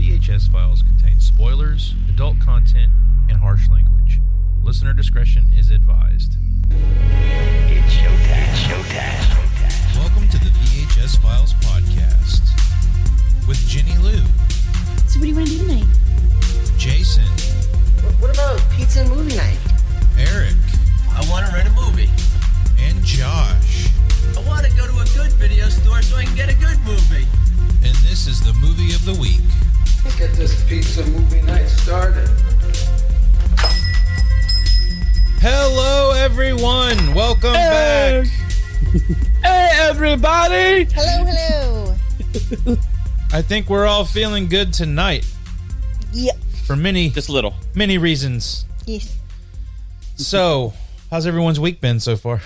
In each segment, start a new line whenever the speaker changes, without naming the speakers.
podcast files contain spoilers, adult content, and harsh language. Listener discretion is advised.
It's showtime. It's showtime.
Welcome to the VHS Files Podcast with Jenny Lou,
So what do you want to do tonight?
Jason,
What about pizza and movie night?
Eric,
I want to rent a movie.
and Josh.
I want to go to a good video store so I can get a good movie.
And this is the movie of the week.
Get this pizza movie night started.
Hello, everyone. Welcome back.
Hey, everybody!
Hello, hello.
I think we're all feeling good tonight
Yeah.
for many,
Just a little.
many reasons.
Yes.
So, how's everyone's week been so far?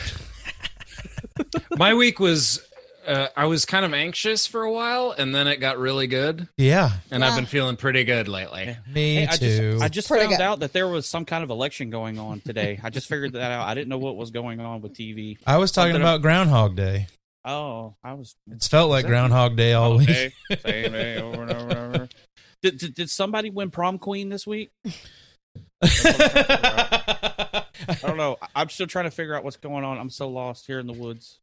my week was uh, I was kind of anxious for a while, and then it got really good,
Yeah,
and I've
Yeah.
been feeling pretty good lately.
me
I
too.
just, I just
Pretty
found
good.
out that there was some kind of election going on today. I just figured that out. I didn't know what was going on with TV.
I was talking
Something
about Groundhog Day.
Oh, I was.
It's felt like Groundhog Day all week.
Hey, same day over and over and over. Did, did, did somebody win prom queen this week? I don't know. I- I'm still trying to figure out what's going on. I'm so lost here in the woods.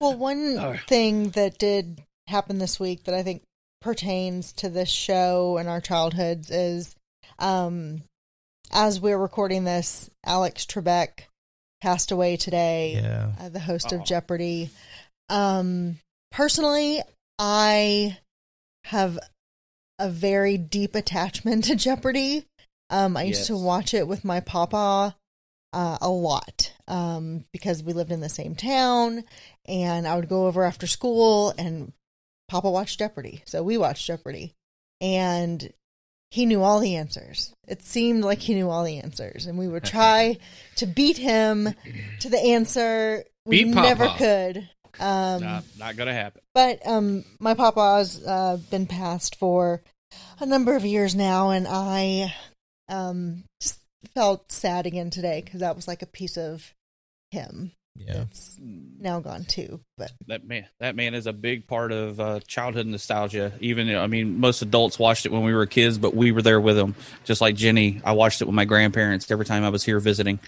Well, one thing that did happen this week that I think pertains to this show and our childhoods is um, as we're recording this, Alex Trebek passed away today,
yeah,
uh, the host
Aw.
of Jeopardy. Um, personally, I have a very deep attachment to Jeopardy. Um, I used to
Yes.
watch it with my papa uh, a lot um, because we lived in the same town, and I would go over after school, and Papa watched Jeopardy, so we watched Jeopardy, and he knew all the answers. It seemed like he knew all the answers, and we would try to beat him to the answer. We
Beat Papa.
never could. Um,
Nah, not gonna happen.
but um, my papa's uh, been passed for a number of years now, and I um, just felt sad again today because that was like a piece of him
yeah.
that's now gone too. But
That man, that man is a big part of uh, childhood nostalgia. Even I mean, most adults watched it when we were kids, but we were there with them. Just like Jenny, I watched it with my grandparents every time I was here visiting.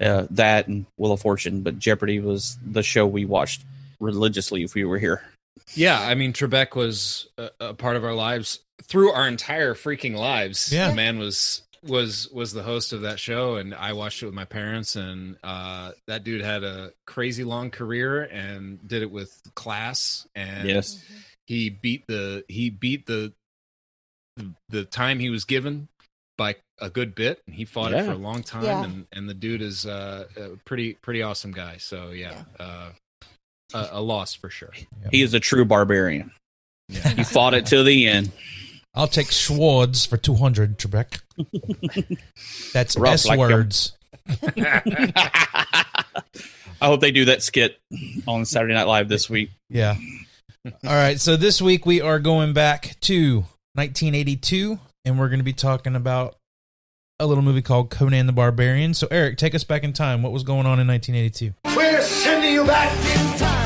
Uh, that and Wheel of Fortune, but Jeopardy was the show we watched religiously if we were here.
Yeah, I mean Trebek was a, a part of our lives through our entire freaking lives.
Yeah.
the man was was was the host of that show, and I watched it with my parents, and uh, that dude had a crazy long career and did it with class. And
Yes,
he beat the he beat the the, the time he was given by a good bit and he fought it
Yeah.
for a long time
Yeah.
and and the dude is uh a pretty pretty awesome guy so yeah, uh a, a loss for sure
he is a true barbarian.
Yeah.
He fought it till the end.
I'll take Schwartz for two hundred, Trebek. That's
Rough,
S
like
words.
I hope they do that skit on Saturday Night Live this week.
Yeah. All right. So this week we are going back to 1982, and we're going to be talking about a little movie called Conan the Barbarian. So Eric, take us back in time. What was going on in 1982?
We're sending you back in time.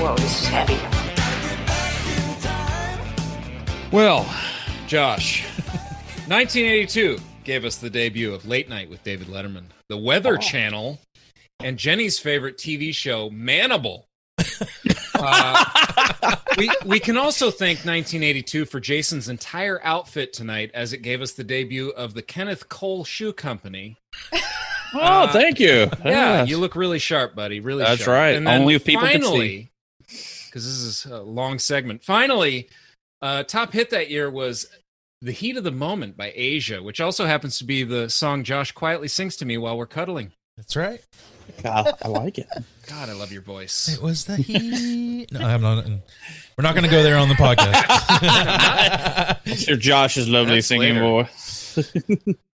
Whoa, this is heavy.
well josh 1982 gave us the debut of late night with david letterman the weather channel and jenny's favorite tv show manimal uh, we we can also thank 1982 for Jason's entire outfit tonight, as it gave us the debut of the Kenneth Cole Shoe Company.
Oh,
Uh,
thank you.
Yeah,
Yes.
you look really sharp, buddy. Really,
That's
sharp.
right. Only if people could see.
finally, because this is a long segment. Finally, uh, top hit that year was "The Heat of the Moment" by Asia, which also happens to be the song Josh quietly sings to me while we're cuddling.
That's right.
I, I like it.
God, I love your voice.
It was the heat. No, I'm not. We're not going to go there on the podcast.
Sir Josh's lovely
That's
singing
later.
voice.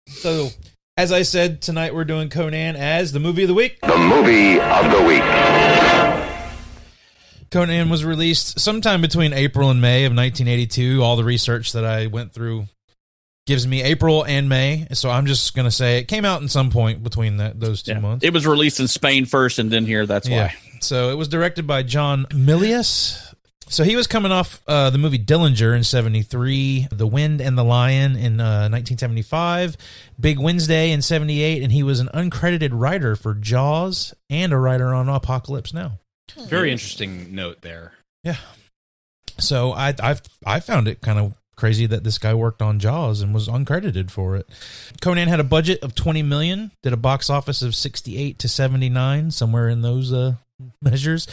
so, as I said tonight, we're doing Conan as the movie of the week.
The movie of the week.
Conan was released sometime between April and May of 1982. All the research that I went through gives me April and May, so I'm just going to say it came out in some point between that, those two
Yeah.
months.
It was released in Spain first and then here. That's why.
So it was directed by John Milius, So he was coming off uh, the movie Dillinger in 73, The Wind and the Lion in uh, 1975, Big Wednesday in 78, and he was an uncredited writer for Jaws and a writer on Apocalypse Now.
Very interesting note there.
Yeah. So I I I found it kind of crazy that this guy worked on Jaws and was uncredited for it. Conan had a budget of 20 million, did a box office of 68 to 79, somewhere in those uh measures.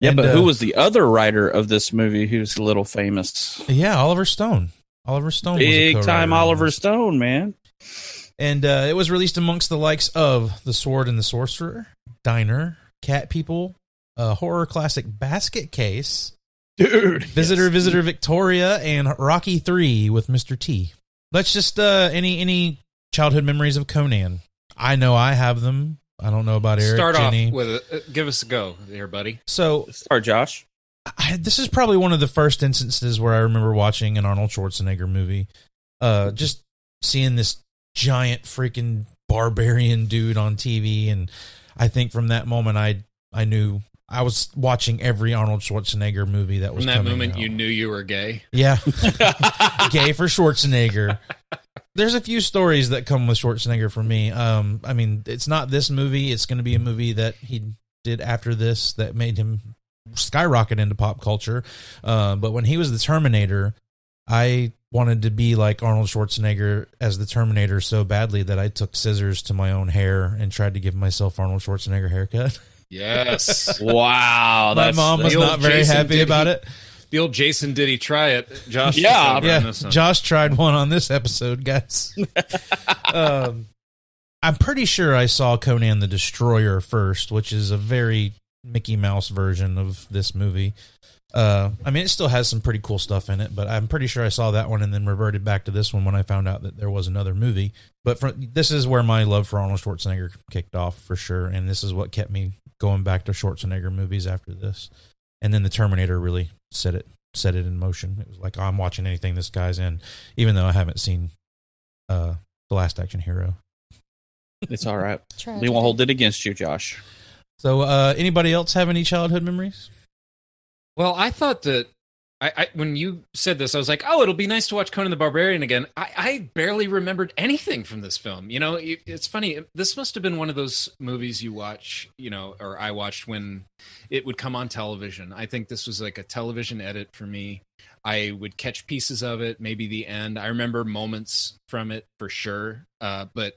Yeah,
And,
but
uh,
who was the other writer of this movie who's a little famous?
Yeah, Oliver Stone. Oliver Stone was a
Big
co-writer
time
on
Oliver
this.
Stone, man.
And uh, it was released amongst the likes of The Sword and the Sorcerer, Diner, Cat People, uh, horror classic Basket Case,
Dude.
Visitor, Visitor Victoria, and Rocky Three with Mr. T. Let's just uh, any any childhood memories of Conan. I know I have them. I don't know about Eric.
Start off
Jenny.
with a, uh, give us a go there, buddy.
so
Star Josh.
I, this is probably one of the first instances where I remember watching an Arnold Schwarzenegger movie. Uh, just seeing this giant freaking barbarian dude on TV, and I think from that moment, I I knew I was watching every Arnold Schwarzenegger movie that was
From that
coming
moment,
out.
you knew you were gay.
yeah, gay for Schwarzenegger. There's a few stories that come with Schwarzenegger for me. Um, I mean, it's not this movie. It's going to be a movie that he did after this that made him skyrocket into pop culture. Uh, but when he was the Terminator, I wanted to be like Arnold Schwarzenegger as the Terminator so badly that I took scissors to my own hair and tried to give myself Arnold Schwarzenegger haircut.
Yes.
Wow.
my mom was
Oh, the old
not very
Jason
happy
Diddy.
about it.
the old Jason did he try it? Josh.
Yeah.
took over on
Yeah,
this one.
Josh tried one on this episode, guys. um, I'm pretty sure I saw Conan the Destroyer first, which is a very Mickey Mouse version of this movie. Uh, I mean, it still has some pretty cool stuff in it, but I'm pretty sure I saw that one and then reverted back to this one when I found out that there was another movie. But from, this is where my love for Arnold Schwarzenegger kicked off for sure, and this is what kept me going back to Schwarzenegger movies after this. And then the Terminator really set it set it in motion. It was like "Oh, I'm watching anything this guy's in, even though I haven't seen uh, the Last Action Hero.
It's all right.
Tragic.
We won't hold it against you, Josh.
So, uh, anybody else have any childhood memories?
Well, I thought that I, I when you said this, I was like, oh, it'll be nice to watch Conan the Barbarian again. I, I barely remembered anything from this film. You know, it, it's funny. This must have been one of those movies you watch, you know, or I watched when it would come on television. I think this was like a television edit for me. I would catch pieces of it, maybe the end. I remember moments from it for sure, uh, but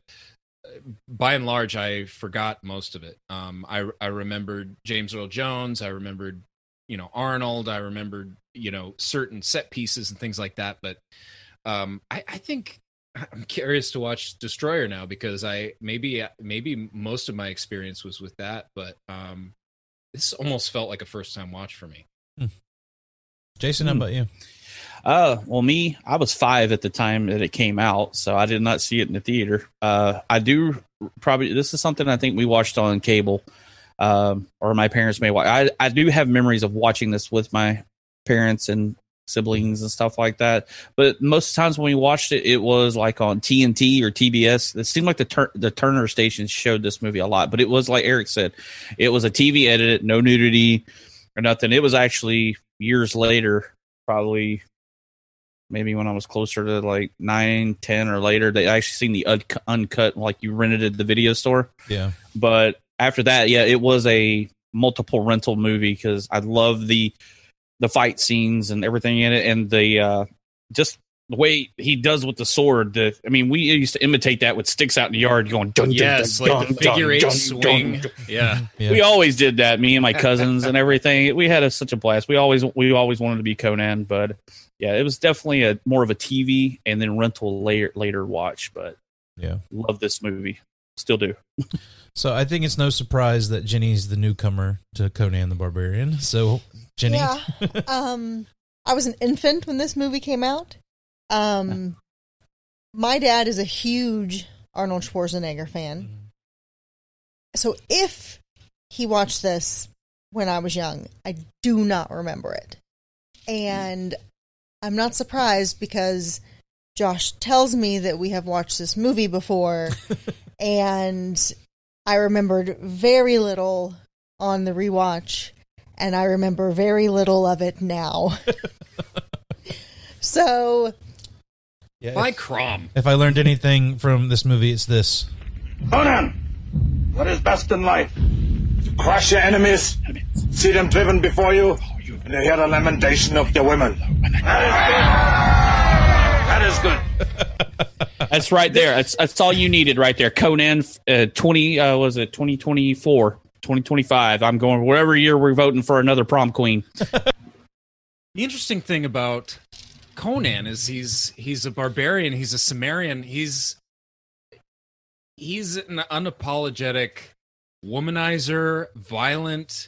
by and large, I forgot most of it. Um, I I remembered James Earl Jones. I remembered you know Arnold. I remembered you know certain set pieces and things like that. But um, I, I think I'm curious to watch Destroyer now because I maybe maybe most of my experience was with that, but um, this almost felt like a first time watch for me.
Jason, how
Hmm.
about you?
Uh, well, me, I was five at the time that it came out, so I did not see it in the theater. Uh, I do probably this is something I think we watched on cable, um, or my parents may watch. I I do have memories of watching this with my parents and siblings and stuff like that. But most times when we watched it, it was like on TNT or TBS. It seemed like the tur- the Turner stations showed this movie a lot, but it was like Eric said, it was a TV edit, no nudity or nothing. It was actually years later, probably maybe when I was closer to like nine, ten, or later, they actually seen the un- uncut, like you rented at the video store.
Yeah.
But after that, yeah, it was a multiple rental movie because I love the the fight scenes and everything in it, and the uh, just the way he does with the sword. The I mean, we used to imitate that with sticks out in the yard, going dun dun
Yes,
dun,
like
dun,
the figure
dun,
eight
dun,
swing.
dun, dun.
Yeah,
Yeah.
We always did that, me and my cousins and everything. We had a, such a blast. We always we always wanted to be Conan, but yeah, it was definitely a more of a TV and then rental later later watch. But
Yeah.
love this movie, still do.
So, I think it's no surprise that Jenny's the newcomer to Conan the Barbarian. So, Jenny,
Yeah. um, I was an infant when this movie came out. Um, my dad is a huge Arnold Schwarzenegger fan. So if he watched this when I was young, I do not remember it. And I'm not surprised because Josh tells me that we have watched this movie before and I remembered very little on the rewatch and I remember very little of it now. so
Yeah,
By
if,
Crom.
if I learned anything from this movie, it's this.
Conan, what is best in life? To crush your enemies, see them driven before you, and to hear the lamentation of your women. That is good. That is good.
That's right there. That's, that's all you needed right there. Conan uh, 20, uh, what was it 2024, 2025. I'm going whatever year we're voting for another prom queen.
The interesting thing about Conan is he's he's a barbarian, he's a Sumerian, he's he's an unapologetic womanizer, violent.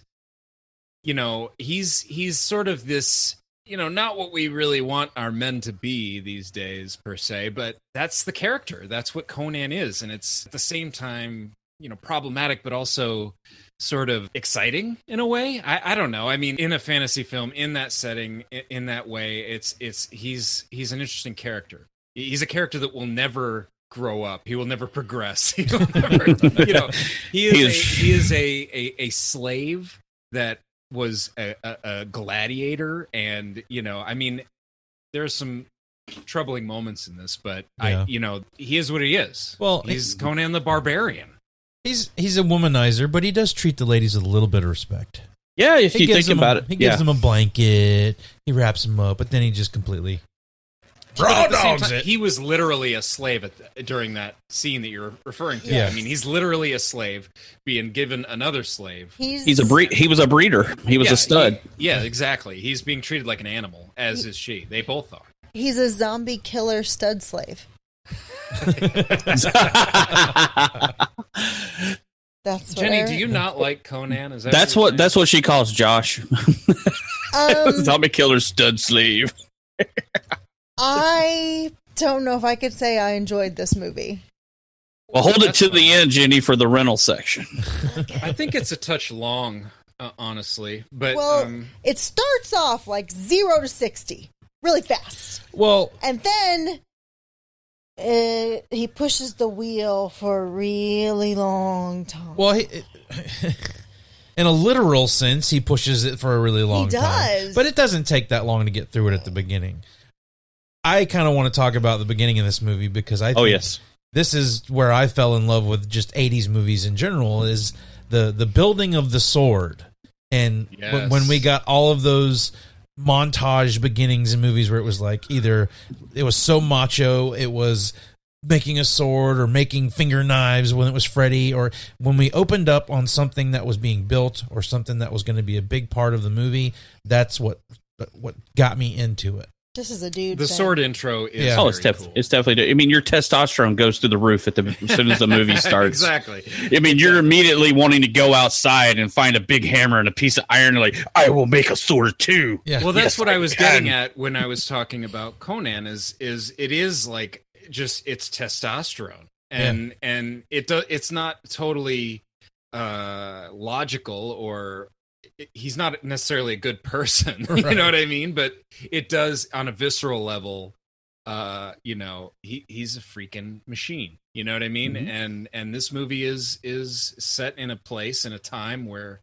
You know, he's he's sort of this, you know, not what we really want our men to be these days per se, but that's the character. That's what Conan is and it's at the same time, you know, problematic but also sort of exciting in a way. I, I don't know. I mean, in a fantasy film, in that setting, in, in that way, it's it's he's he's an interesting character. He's a character that will never grow up. He will never progress. He will never, you know, he is
He
a,
is-
he is a, a a slave that was a, a, a gladiator, and you know, I mean, there are some troubling moments in this, but
Yeah.
I, you know, he is what he is.
Well,
he's Conan the Barbarian.
He's he's a womanizer, but he does treat the ladies with a little bit of respect.
Yeah, if
He
you
gives them
think about
a,
it.
he gives
yeah.
them a blanket, he wraps them up, but then he just completely raw
But at the same
dogs
time,
it.
He was literally a slave at the, during that scene that you're referring to.
Yeah.
I mean, he's literally a slave being given another slave.
he's
He's a breed. He was a breeder. He was
Yeah,
a stud.
he- yeah, exactly. He's being treated like an animal, as is she. They both are.
he's a zombie killer stud slave. That's what
Jenny,
Eric-
do you not like Conan? Is that
that's
you're
what that's what she calls Josh.
Um,
Zombie killer stud sleeve.
I don't know if I could say I enjoyed this movie.
Well, hold it
That's
to
fine.
the end, Jenny, for the rental section.
saying? I think it's a touch long, uh, honestly. But
Well,
um,
it starts off like zero to sixty really fast,
Well,
and then uh, he pushes the wheel for a really long time.
well, he, in a literal sense, he pushes it for a really long time.
does.
but it doesn't take that long to get through it at the beginning. I kind of want to talk about the beginning of this movie because I
Oh
think
yes.
this is where I fell in love with just 80s movies in general is the the building of the sword. And
Yes.
when, when we got all of those montage beginnings in movies where it was like either it was so macho, it was making a sword or making finger knives when it was Freddy or when we opened up on something that was being built or something that was going to be a big part of the movie, that's what what got me into it.
This is a dude.
the
thing.
sword intro is
Yeah.
Oh, it's
very
def-
cool.
it's definitely. I mean, your testosterone goes through the roof at the as soon as the movie starts.
exactly.
I mean, you're immediately wanting to go outside and find a big hammer and a piece of iron. And like, I will make a sword too.
Yeah.
Well, that's
Yes,
what I was
I can.
getting at when I was talking about Conan. Is is it is like just it's testosterone, and and it do, it's not totally uh logical or he's not necessarily a good person you
Right.
know what i mean but it does on a visceral level uh you know he he's a freaking machine you know what i mean
Mm-hmm.
Mhm.
and and this movie is is set in a place in a time where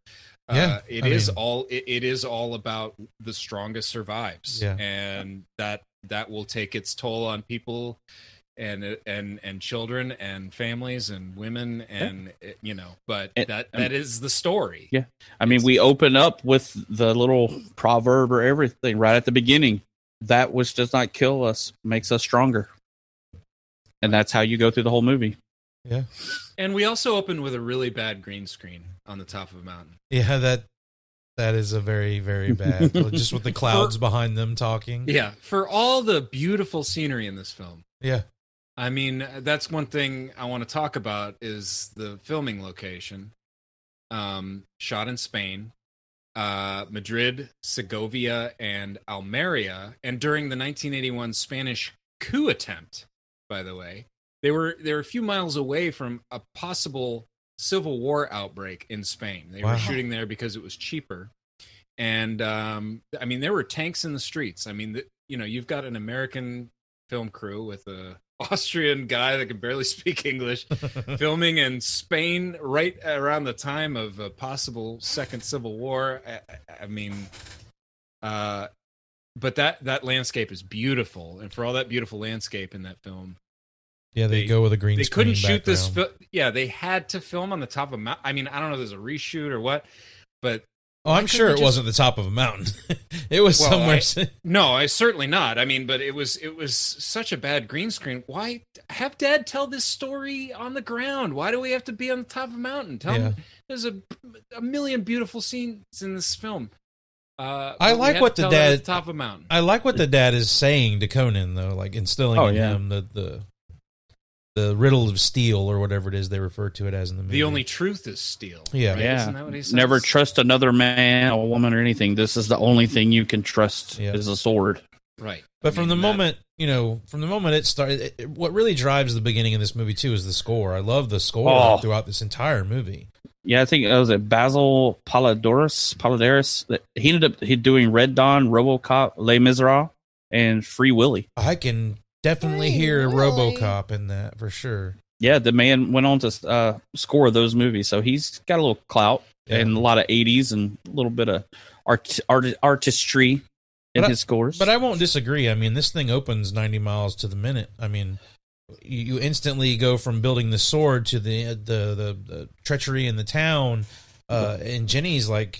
uh,
Yeah,
it
I
is
mean-
all it, it is all about the strongest survives
Yeah.
and that that will take its toll on people and and and children and families and women and eh, you know but
And-
that that is the story
Yeah. I mean, we open up with the little proverb or everything right at the beginning. That which does not kill us makes us stronger, and that's how you go through the whole movie.
Yeah.
and we also open with a really bad green screen on the top of a mountain
Yeah, that that is a very very bad. just with the clouds behind them talking.
yeah for all the beautiful scenery in this film
Yeah.
I mean, that's one thing I want to talk about is the filming location. Um, shot in Spain, uh, Madrid, Segovia, and Almeria. And during the 1981 Spanish coup attempt, by the way, they were they were a few miles away from a possible civil war outbreak in Spain. They
Wow.
were shooting there because it was cheaper. And um, I mean, there were tanks in the streets. I mean, the, you know, you've got an American film crew with a Austrian guy that can barely speak English, filming in Spain right around the time of a possible second civil war. I, I- I mean, uh, but that that landscape is beautiful, and for all that beautiful landscape in that film,
Yeah, they,
They-
go with a green
they
screen.
couldn't shoot this.
background.
Fi- yeah, they had to film on the top of. a Mount- I mean, I don't know if there's a reshoot or what, but
oh, I'm
couldn't
sure
they
it
just-
wasn't the top of a mountain. it was
Well,
somewhere.
I- No, I certainly not. I mean, but it was it was such a bad green screen. Why have Dad tell this story on the ground? Why do we have to be on the top of a mountain? Tell him there's a a million beautiful scenes in this film. Uh,
I
but we
like
had
what
to
the
tell him at
dad-
the top of a mountain.
I like what the dad is saying to Conan though, like instilling
Oh,
in
yeah.
him the, the the riddle of steel or whatever it is they refer to it as in the movie.
the only truth is steel.
Yeah.
right?
Yeah.
Isn't that what he says?
Never trust another man or woman or anything. This is the only thing you can trust
Yeah.
is a sword.
Right.
But
I
from the
mean, that-
moment, you know, from the moment it started, it- it, what really drives the beginning of this movie too is the score. I love the score
Oh.
throughout this entire movie.
Yeah, I think it was it Basil Polidorus. Polidorus. that- He ended up he doing Red Dawn, RoboCop, Les Miserables, and Free Willy.
I can definitely
Hey,
hear a
really?
RoboCop in that for sure.
Yeah, the man went on to uh, score those movies, so he's got a little clout
Yeah.
and a lot of '80s and a little bit of art, art artistry in
But I-
his scores.
But I won't disagree. I mean, this thing opens 90 miles to the minute. I mean, you, you instantly go from building the sword to the the the, the treachery in the town. Uh, and Jenny's like,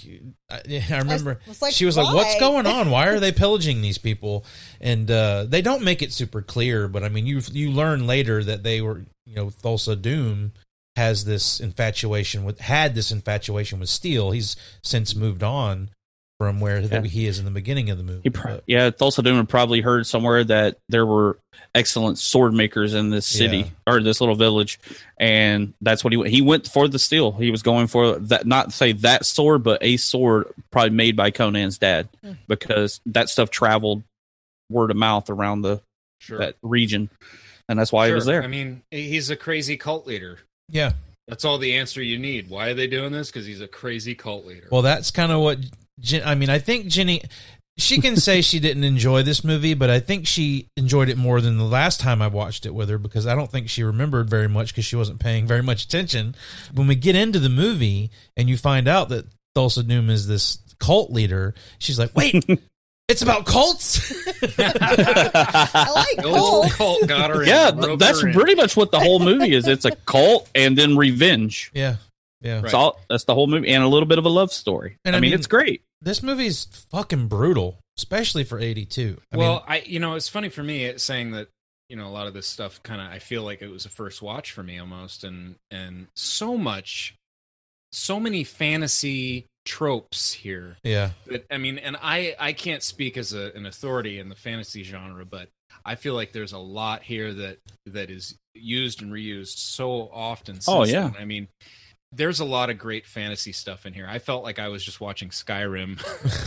I, I remember
was like,
she was like, "What's
"Why?"
going on? Why are they pillaging these people?" And uh, they don't make it super clear, but I mean, you you learn later that they were, you know, Thulsa Doom has this infatuation with had this infatuation with steel. He's since moved on from where
Yeah.
he is in the beginning of the movie.
He pro-
but-
yeah, Thulsa Doom had probably heard somewhere that there were excellent sword makers in this city or this little village, and that's what he went. He went for the steel. He was going for that, not say that sword, but a sword probably made by Conan's dad,
Hmm.
because that stuff traveled word of mouth around the
Sure.
that region, and that's why he was
Sure.
there.
I mean, he's a crazy cult leader.
Yeah.
That's all the answer you need. Why are they doing this? Because he's a crazy cult leader.
Well, that's kind of what Jen, I mean. I think Jenny, she can say she didn't enjoy this movie, but I think she enjoyed it more than the last time I watched it with her because I don't think she remembered very much because she wasn't paying very much attention. When we get into the movie and you find out that Thulsa Doom is this cult leader, she's like, "Wait, it's about cults."
I like
The old
Cole.
cult got her. in
yeah,
and
th-
broke
that's
her in.
pretty much what the whole movie is. It's a cult and then revenge.
yeah, yeah.
That's all. That's the whole movie, and a little bit of a love story.
And I
I mean,
mean-
it's great.
This movie's fucking brutal, especially for '82. I
well, I you know it's funny for me it's saying that you know a lot of this stuff kind of I feel like it was a first watch for me almost, and and so much, so many fantasy tropes here
mean, yeah,
but I mean, and I I can't speak as a, an authority in the fantasy genre, but I feel like there's a lot here that that is used and reused so often. Since
Oh, yeah.
then. I mean, there's a lot of great fantasy stuff in here. I felt like I was just watching Skyrim.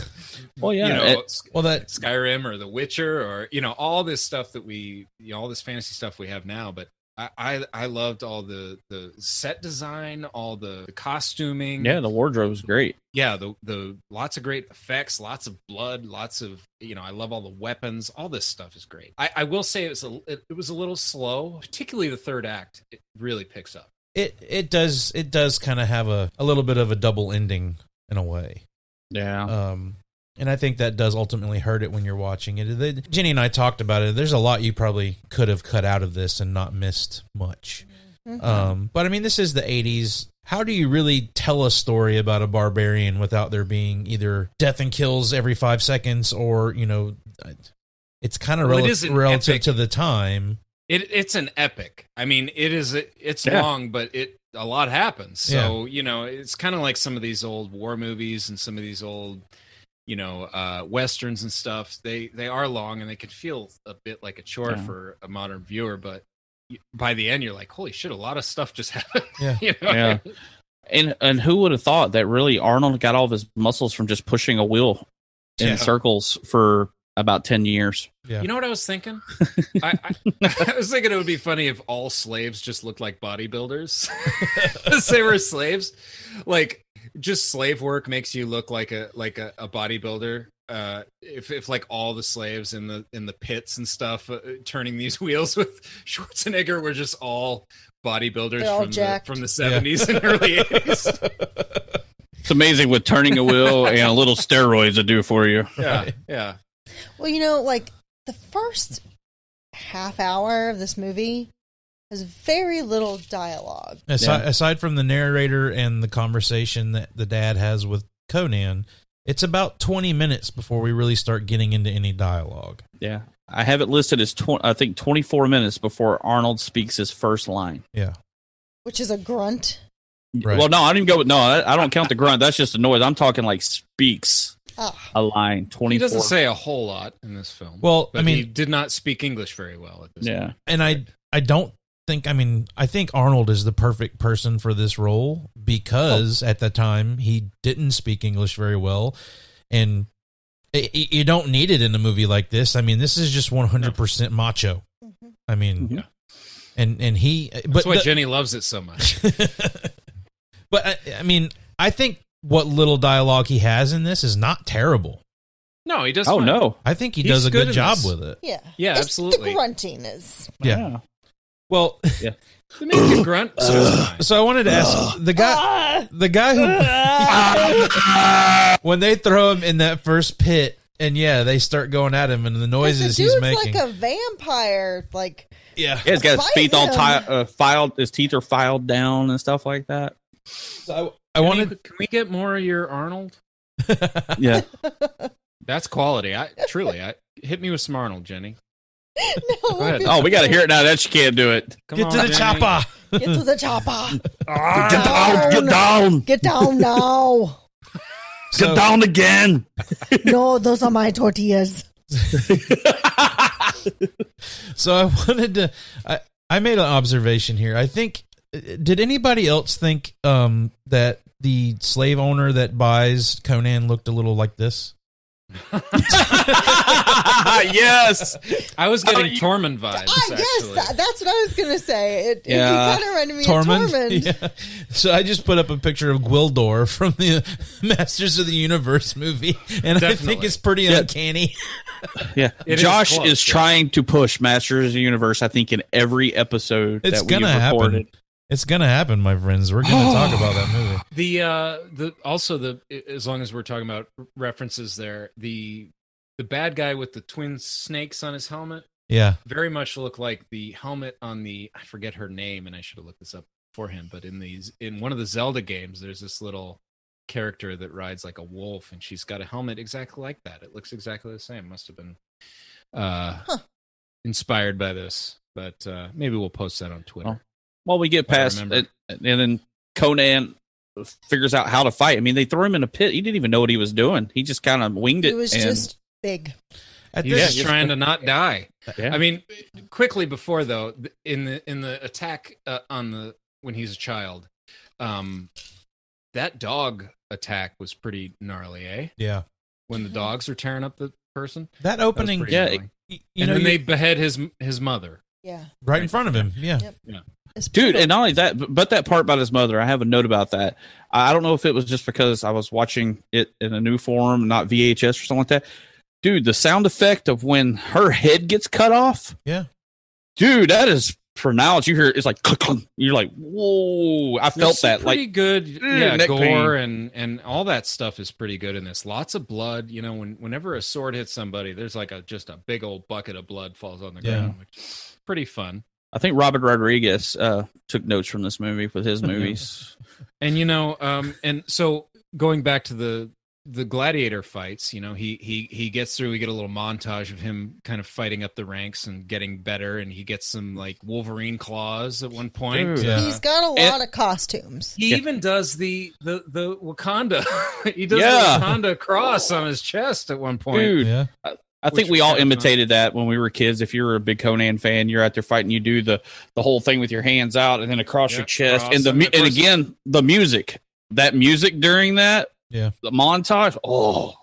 Well, yeah,
you know,
it-
S-
well, that
Skyrim or The Witcher or you know all this stuff that we you know, all this fantasy stuff we have now, but. I, I I loved all the the set design, all the costuming.
Yeah, the wardrobe was great.
yeah the the lots of great effects lots of blood lots of you know i love all the weapons all this stuff is great i, I will say it was a it, it was a little slow particularly the third act it really picks up
it it does it does kind of have a, a little bit of a double ending in a way
Yeah.
um and i think that does ultimately hurt it when you're watching it They- jenny and i talked about it there's a lot you probably could have cut out of this and not missed much
Mm-hmm.
Mhm.
um but i mean this is the 80s how do you really tell a story about a barbarian without there being either death and kills every five seconds or you know it's kind of
Well, it
rel-
is an
relative
epic-
to the time
it it's an epic i mean it is a- it's
Yeah.
long but it a lot happens so you know it's kind of like some of these old war movies and some of these old you know uh westerns and stuff they they are long and they can feel a bit like a chore
Yeah.
for a modern viewer but y- by the end you're like holy shit a lot of stuff just happened
Yeah.
You know?
Yeah. And and who would have thought that really Arnold got all of his muscles from just pushing a wheel in
Yeah.
circles for about ten years?
Yeah.
You know what I was thinking? I, I, I was thinking it would be funny if all slaves just looked like bodybuilders. Since they were slaves. Like just slave work makes you look like a like a, a bodybuilder. uh if if like all the slaves in the in the pits and stuff uh, turning these wheels with Schwarzenegger were just all bodybuilders
They're all
from the,
jacked.
from the 70s and early 80s.
It's amazing what turning a wheel and a little steroids will do for you.
Yeah. Yeah.
Well, you know, like the first half hour of this movie has very little dialogue.
Aside,
Yeah.
aside from the narrator and the conversation that the dad has with Conan, it's about 20 minutes before we really start getting into any dialogue.
Yeah. I have it listed as tw- I think 24 minutes before Arnold speaks his first line.
Yeah.
which is a grunt.
Right.
Well, no, I didn't go with no. I, I don't count the grunt. That's just a noise. I'm talking like speaks
Ah,
a line. 24.
He doesn't say a whole lot in this film.
Well,
but
I mean,
he did not speak English very well at this point.
Yeah.
and I I don't think I mean I think Arnold is the perfect person for this role because at the time he didn't speak English very well, and i i you don't need it in a movie like this. I mean, this is just one hundred percent macho. I mean,
Mhm.
and and he but
That's why
the-
Jenny loves it so much.
but I, I mean I think what little dialogue he has in this is not terrible.
No, he doesn't.
Oh no.
I think he
He's
does a
good
good
in
job
this.
with it.
yeah.
Yeah,
It's The
absolutely.
grunting is.
Yeah.
Wow.
Well,
They make you grunt. So it's
Uh,
fine.
so I wanted to ask the guy
Ah,
the guy who
Ah!
when they throw him in that first pit and yeah they start going at him and the noises
the
he's
dude's
making
like a vampire. Like
yeah
Yeah, he's got his
Bite
teeth all
him.
ti- uh, filed. His teeth are filed down and stuff like that.
so I, I
Can
wanted
you- can we get more of your Arnold?
Yeah.
That's quality. I truly. I hit me with some Arnold, Jenny.
no,
Go ahead.
Oh, we got to hear it now. That she can't do it.
Come
get
on,
to the
Jenny.
chopper
get to the chopper.
Get
down, get
down.
Get down now.
So-
down again.
No, those are my tortillas.
so I wanted to I, I made an observation here I think did anybody else think um that the slave owner that buys Conan looked a little like this
yes.
I was getting
Oh, you- uh,
Tormund vibes.
I
actually.
guess Ah, that's what I was gonna say. It,
Yeah.
it kind of reminded me
Tormund,
of Tormund.
Yeah. so I just put up a picture of Gwildor from the Masters of the Universe movie and I think
Definitely.
it's pretty
Yeah.
uncanny
Yeah.
It is
Josh is,
close, yeah.
trying to push Masters of the Universe, I think, in every episode
It's
that
gonna
we've recorded.
happen. It's gonna happen, my friends. We're gonna talk about that movie.
The uh the also the as long as we're talking about references there, the the bad guy with the twin snakes on his helmet
Yeah.
very much looked like the helmet on the I forget her name and I should have looked this up beforehand, but in these in one of the Zelda games there's this little character that rides like a wolf and she's got a helmet exactly like that. It looks exactly the same. Must have been uh
Huh.
inspired by this. But uh maybe we'll post that on
Oh.
Twitter.
While we get
I
past
remember.
it, and then Conan figures out how to fight. I mean, they threw him in a pit. He didn't even know what he was doing. He just kind of winged it.
It was
and-
just big.
At
He's
Yeah,
just
this,
yeah.
trying to not die.
Yeah.
I mean, quickly before though, th- in the in the attack uh, on the when he's a child, um, that dog attack was pretty gnarly, eh?
yeah.
When the dogs are tearing up the person,
That
That was
Mm-hmm. opening,
pretty
Yeah,
gnarly.
y- you
and
know,
then they
you-
behead his his mother.
Yeah,
right in front of him. Yeah.
Yep. It's
Dude,
brutal.
and not only that, but, but that part about his mother, I have a note about that. I I don't know if it was just because I was watching it in a new form, not VHS or something like that. Dude, the sound effect of when her head gets cut off.
Yeah.
Dude, that is pronounced. You hear it's like click, click. You're like, whoa! I
There's
felt
some
that.
pretty
Like, Mm,
good yeah
neck
gore
pain.
and and all that stuff is pretty good in this lots of blood you know when whenever a sword hits somebody there's like a just a big old bucket of blood falls on the
Yeah.
ground which is pretty fun
I think Robert Rodriguez uh, took notes from this movie with his movies.
and you know um and so going back to the the gladiator fights you know he he he gets through we get a little montage of him kind of fighting up the ranks and getting better and he gets some like wolverine claws at one point Uh,
Dude.
Yeah.
he's got a lot
and-
of costumes.
He
Yeah.
even does the the the Wakanda. he does
Yeah.
the Wakanda cross on his chest at one point.
Dude,
Yeah.
I think
Which
we
was
all
kinda fun.
imitated that when we were kids. If you were a big Conan fan, you're out there fighting. You do the the whole thing with your hands out and then across
Yeah,
your chest,
across,
and the
and
mu-
of
and
course-
again the music. That music during that,
Yeah.
the montage. Oh,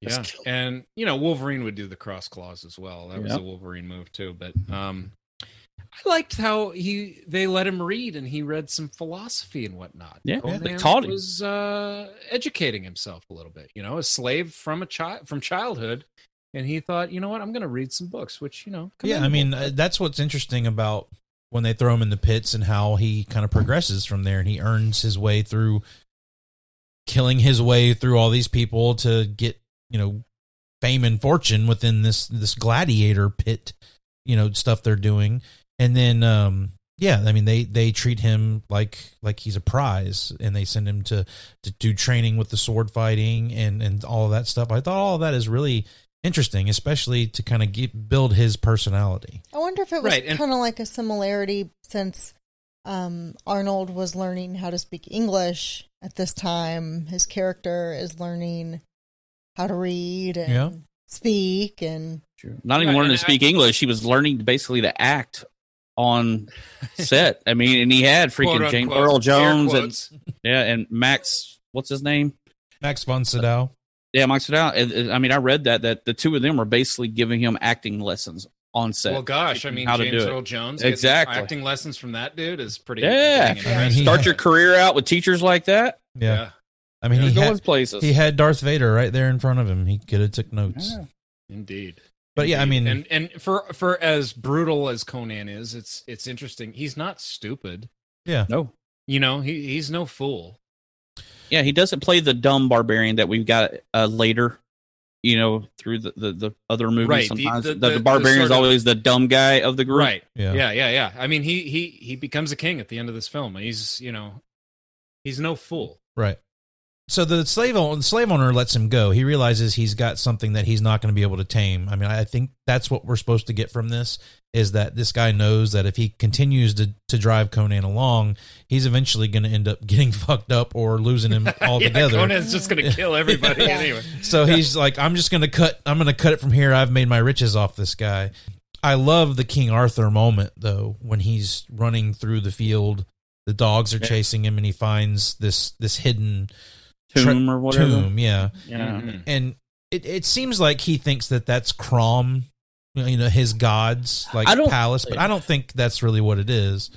Yeah.
That's killer.
And you know, Wolverine would do the cross claws as well. That was
Yeah.
a Wolverine move too. But um I liked how he they let him read and he read some philosophy and whatnot.
Yeah, yeah, they
Conan
taught him.
was uh, educating himself a little bit. You know, a slave from a child from childhood, and he thought, you know what, I'm going to read some books, which you know,
yeah, I
commendable.
mean uh, that's what's interesting about when they throw him in the pits and how he kind of progresses from there, and he earns his way through killing his way through all these people to get you know fame and fortune within this this gladiator pit, you know stuff they're doing, and then um yeah, I mean they they treat him like like he's a prize, and they send him to to do training with the sword fighting and and all of that stuff. I thought all of that is really interesting, especially to kind of get build his personality.
I wonder if it was
Right, and-
kind of like a similarity since um, Arnold was learning how to speak English at this time. His character is learning how to read and
Yeah.
speak, and
Not even
Right,
learning
and
to speak
I-
English. He was learning basically to act on set. I mean, and he had freaking
Quote,
Jane
unquote,
Earl
air
Jones and
quotes.
yeah, and Max. What's his name?
Max von Sydow.
Yeah, Max Vidal. And- and, I mean, I read that that the two of them were basically giving him acting lessons on set.
well, gosh, I mean,
How to
James
do it.
Earl Jones getting
Exactly.
acting lessons from that dude is pretty.
Yeah.
dang
I mean,
impressive.
he-
Start your career out with teachers like that.
Yeah. I mean,
You're
he
going
had,
places.
he had Darth Vader right there in front of him. He could have took notes.
Yeah.
indeed.
But yeah, I mean,
and and for for as brutal as Conan is, it's it's interesting. He's not stupid.
yeah,
no.
You know, he he's no fool.
Yeah, he doesn't play the dumb barbarian that we've got uh, later. You know, through the, the, the other movies,
Right, the-
sometimes
the-
the,
the-
the,
the
barbarian
sort
is
of-
always the dumb guy of the group.
Right.
yeah,
Yeah. yeah, yeah, I mean, he he he becomes a king at the end of this film. He's you know, he's no fool.
right. So the slave own, slave owner lets him go. He realizes he's got something that he's not going to be able to tame. I mean, I think that's what we're supposed to get from this is that this guy knows that if he continues to to drive Conan along, he's eventually going to end up getting fucked up or losing him
Yeah,
altogether.
Conan's just gonna kill everybody
Yeah.
anyway.
So he's like, I'm just gonna cut. I'm gonna cut it from here. I've made my riches off this guy. I love the King Arthur moment though, when he's running through the field, the dogs are chasing him, and he finds this this hidden tre-
Tomb or whatever.
Tomb, yeah.
Yeah.
Mhm.
And it it seems like he thinks that that's Crom, you know, his gods like
I don't-
palace, but I don't think that's really what it is.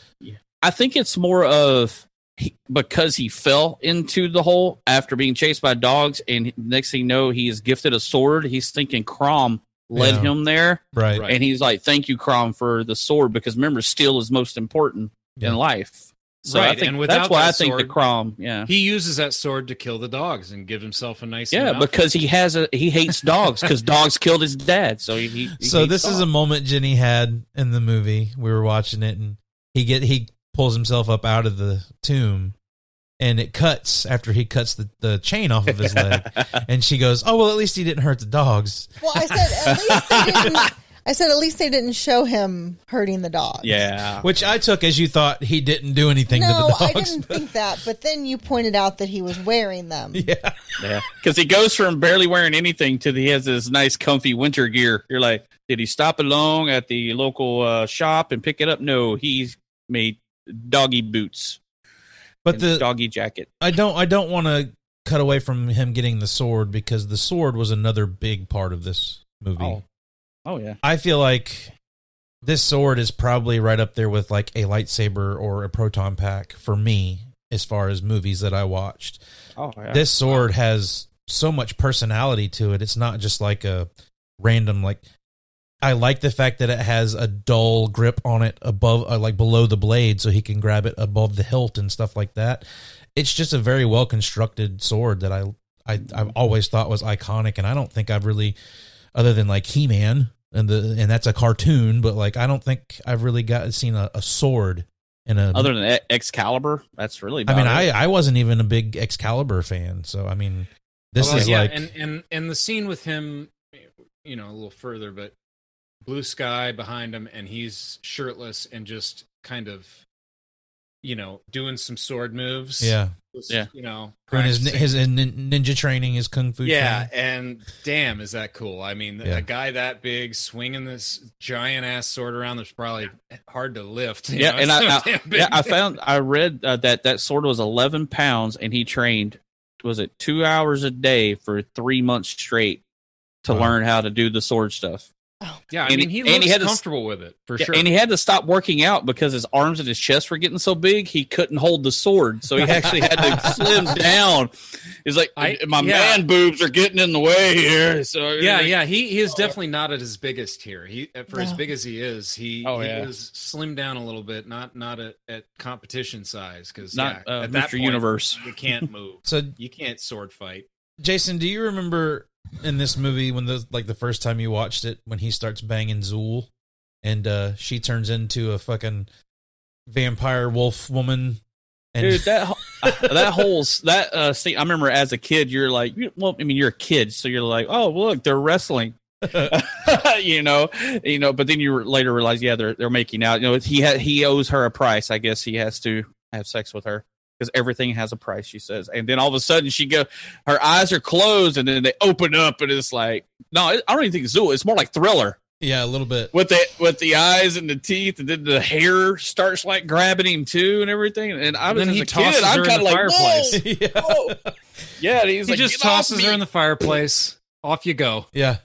I think it's more of he, because he fell into the hole after being chased by dogs, and next thing you know, he is gifted a sword. He's thinking Crom led
Yeah.
him there,
Right.
Right.
and he's like, "Thank you, Crom, for the sword," because remember, steel is most important
Yeah.
in life. So I
Right,
think
and
that's
without
why
that
I think the
sword-
Crom, yeah,
He uses that sword to kill the dogs and give himself a nice
yeah,
enough-
because he has a he hates dogs because dogs killed his dad. So he, he
So this is a moment Jenny had in the movie. We were watching it, and he get he pulls himself up out of the tomb, and it cuts after he cuts the, the chain off of his leg, and she goes, "Oh well, at least he didn't hurt the dogs."
well, I said at least they didn't. I said at least they didn't show him hurting the dog.
yeah.
Which I took as you thought he didn't do anything
No,
to the
I
dogs.
didn't think that, but then you pointed out that he was wearing them.
yeah,
Yeah, because he goes from barely wearing anything to he has this nice, comfy winter gear. You're like, did he stop along at the local uh, shop and pick it up? No, he made doggy boots,
but
and
the
doggy jacket.
I don't I don't want to cut away from him getting the sword because the sword was another big part of this movie.
Oh. Oh yeah,
I feel like this sword is probably right up there with like a lightsaber or a proton pack for me as far as movies that I watched.
oh yeah.
This sword has so much personality to it. It's not just like a random like I like the fact that it has a dull grip on it above uh, like below the blade so he can grab it above the hilt and stuff like that. It's just a very well constructed sword that I I I've always thought was iconic and I don't think I've really other than like He-Man and the and that's a cartoon but like I don't think I've really got seen a, a sword in a
Other than E- Excalibur, that's really.
I
About
mean,
it.
I, I wasn't even a big Excalibur fan, so I mean, this
Well,
is
yeah,
like
and, and and the scene with him, you know, a little further, but blue sky behind him, and he's shirtless and just kind of, you know, doing some sword moves.
yeah,
Just,
Yeah.
you know,
doing his nin-
practicing.
his nin- ninja training, his kung fu.
yeah,
training.
and damn, is that cool? I mean,
Yeah.
a guy that big swinging this giant ass sword around that's probably hard to lift. you
yeah,
know,
and
it's so
I, I
damn big.
yeah, I found I read uh, that that sword was 11 pounds, and he trained was it two hours a day for three months straight to
Wow.
learn how to do the sword stuff.
Yeah, I
And
mean,
he-
he
and he
looks
had this-
comfortable with it for
Yeah,
sure.
And he had to stop working out because his arms and his chest were getting so big he couldn't hold the sword. So he actually had to slim down. He's like,
I-
my
yeah.
man boobs are getting in the way here. So
yeah, yeah, he,
Oh,
he is definitely not at his biggest here. He uh, for as
No.
big as he is, he,
Oh,
he
yeah.
was slimmed down a little bit, not not at, at competition size because
Not
yeah,
uh,
at
Mr.
that point,
Universe.
you can't move,
So
you can't sword fight.
Jason, do you remember in this movie when the like the first time you watched it when he starts banging Zool and uh she turns into a fucking vampire wolf woman and
Dude, that ho- uh, that whole s- that uh, scene. I remember as a kid, you're like, you- well, I mean, you're a kid, so you're like, oh, look, they're wrestling. you know, you know. But then you later realize, yeah, they're they're making out. You know, he ha- he owes her a price. I guess he has to have sex with her because everything has a price. She says, and then all of a sudden, she go, her eyes are closed, and then they open up, and it's like, no, I don't even think Zool. It's more like Thriller
yeah, a little bit.
with the with the eyes and the teeth, and then the hair starts like grabbing him too, and everything. And I
And
was
then
as
he
a kid,
tosses
I'm
her in
kind
the
of like,
fireplace.
yeah.
Oh.
"Whoa." yeah, and he's
He
like,
just
"Get off
tosses her
me."
in the fireplace. Off you go.
Yeah.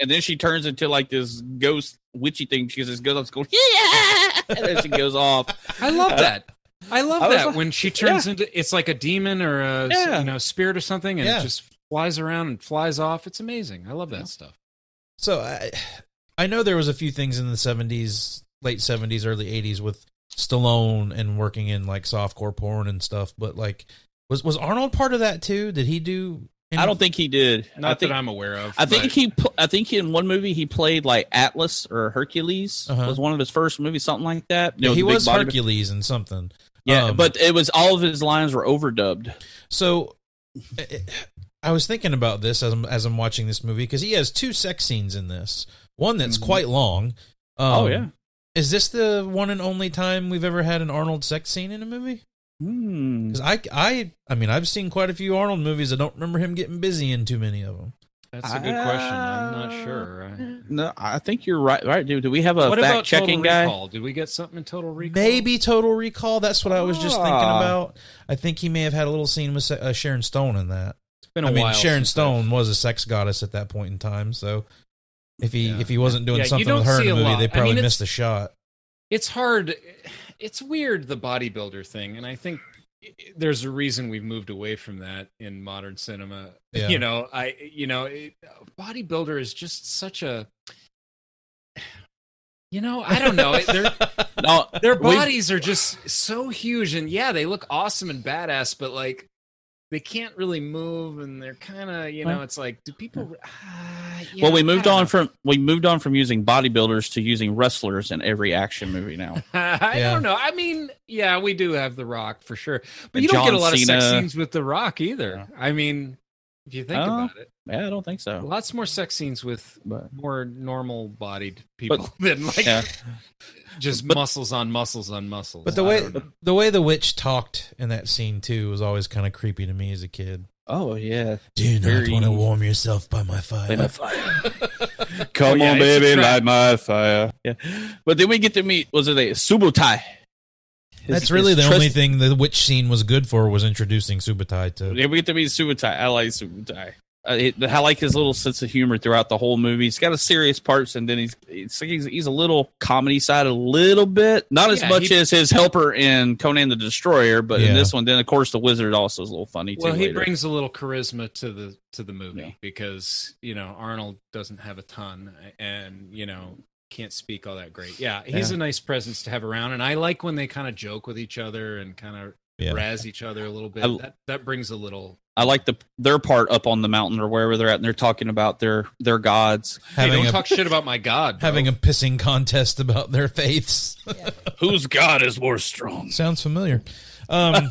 and then she turns into like this ghost witchy thing. She just goes up, going, yeah, and then she goes off.
I love that. I love
Uh, I was
that
like-
when she turns into it's like a demon or a
Yeah.
you know spirit or something, and
Yeah.
it just flies around and flies off. It's amazing. I love that stuff.
So I I know there was a few things in the 70s, late 70s, early 80s with Stallone and working in like softcore porn and stuff, but like was was Arnold part of that too? Did he do
I don't think he did.
Not
I think,
that I'm aware of.
I think
but-
he. pl- I think in one movie he played like Atlas or Hercules
Uh-huh.
was one of his first movies, something like that. You know,
he
the big
was
body-
Hercules and something.
Yeah,
Um,
but it was all of his lines were overdubbed.
So, I- I was thinking about this as I'm, as I'm watching this movie because he has two sex scenes in this. One that's
Mhm.
quite long. Um,
Oh yeah.
is this the one and only time we've ever had an Arnold sex scene in a movie?
Hmm.
Because I, I, I mean, I've seen quite a few Arnold movies. I don't remember him getting busy in too many of them.
That's a good question. I'm
Uh,
not sure. I-
No, I think you're right. Right, dude. Do we have a
what about
fact
checking
checking
Total
guy?
Recall? Did we get something in Total Recall?
Maybe Total Recall. That's what I was just thinking
Ah.
about. I think he may have had a little scene with uh, Sharon Stone in that.
It's been a
I mean,
while
Sharon
since
Stone was a sex goddess at that point in time. So if he
Yeah.
if he wasn't doing
Yeah, you
something
don't
with her in
see
the
a
movie,
lot.
they
I
probably
mean,
missed a shot.
it's hard it's weird the bodybuilder thing and i think there's a reason we've moved away from that in modern cinema
Yeah.
you know i you know it, bodybuilder is just such a you know i don't know their
No,
their
we've-
bodies are just so huge and yeah they look awesome and badass but like they can't really move and they're kind of you know it's like do people ah, yeah,
well, we
I
moved
don't
on
know.
from we moved on from using bodybuilders to using wrestlers in every action movie now.
I
Yeah.
don't know. I mean, yeah, we do have The Rock for sure, but
And
you don't get
John
a lot of sex
Cena.
scenes with The Rock either. I mean, if you think
Oh.
about it,
yeah, I don't think so.
lots more sex scenes with
But
more normal-bodied people than like
yeah,
just muscles on muscles on muscles.
But the
I
way
don't know.
the way the witch talked in that scene too was always kind of creepy to me as a kid.
oh yeah.
Do you not
Very-
want to warm yourself by my fire?
Light my fire. Come
Oh, yeah,
on,
it's a
baby,
trap.
light my fire. Yeah, but then we get to meet. Was it a Subutai? His-
That's really the
his
only
trust-
thing the witch scene was good for was introducing Subutai to.
Yeah, we get to meet Subutai. I like Subutai. Uh, it, I like his little sense of humor throughout the whole movie. He's got a serious parts, and then he's it's like he's, he's a little comedy side a little bit, not as
Yeah,
much
he-
as his helper in Conan the Destroyer, but
Yeah.
in this one, then of course the wizard also is a little funny too.
well, he
later.
brings a little charisma to the to the movie
Yeah.
because you know Arnold doesn't have a ton, and you know can't speak all that great. Yeah, he's a nice presence to have around, and I like when they kind of joke with each other and kind of
Yeah.
razz each other a little bit.
I-
that that brings a little.
I like the their part up on the mountain or wherever they're at, and they're talking about their their gods.
Hey,
Having
don't
a
talk shit about my god. bro.
having a pissing contest about their faiths
Whose god is more strong?
sounds familiar. Um,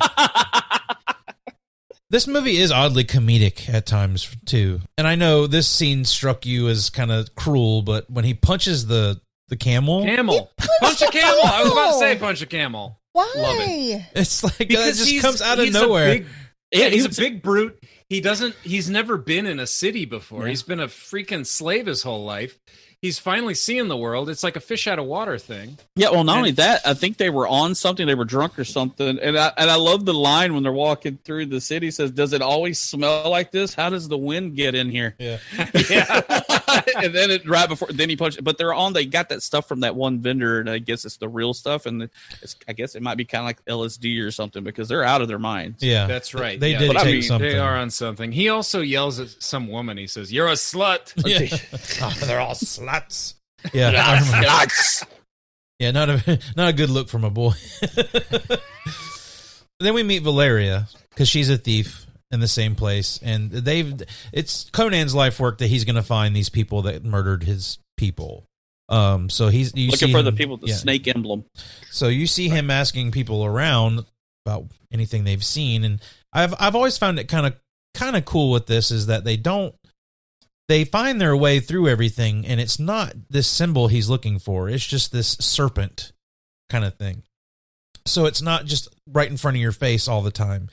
this movie is oddly comedic at times too, and I know this scene struck you as kind of cruel, but when he punches the the camel,
camel. Punch a camel. I was about to say punch a camel
Why?
It's like that
because
just
he's-
comes out of
he's a
nowhere.
big- yeah, he's a big brute. He doesn't. He's never been in a city before. He's been a freaking slave his whole life. He's finally seeing the world. It's like a fish out of water thing.
Yeah, well, not
And-
only that, I think they were on something. They were drunk or something, and I and I love the line when they're walking through the city. Says, "Does it always smell like this? How does the wind get in here?"
yeah.
Yeah,
and then it right before then he punched but they're on they got that stuff from that one vendor and i guess it's the real stuff and it's i guess it might be kind of like lsd or something because they're out of their minds
yeah,
That's right.
They
yeah.
did
But I
take
mean, they
something.
They are on something. He also yells at some woman. He says, "You're a slut."
Yeah. Oh, they're all sluts. Yeah, I remember.
Nuts.
yeah, not a not a good look from a boy. then we meet Valeria because she's a thief in the same place, and they've it's Conan's life work that he's going to find these people that murdered his people. Um, so he's you
looking
see
for the
him-
people with the
yeah.
snake emblem
So you see him asking people around about anything they've seen, and I've I've always found it kind of kind of cool with this is that they don't they find their way through everything, and it's not this symbol he's looking for. It's just this serpent kind of thing. So it's not just right in front of your face all the time.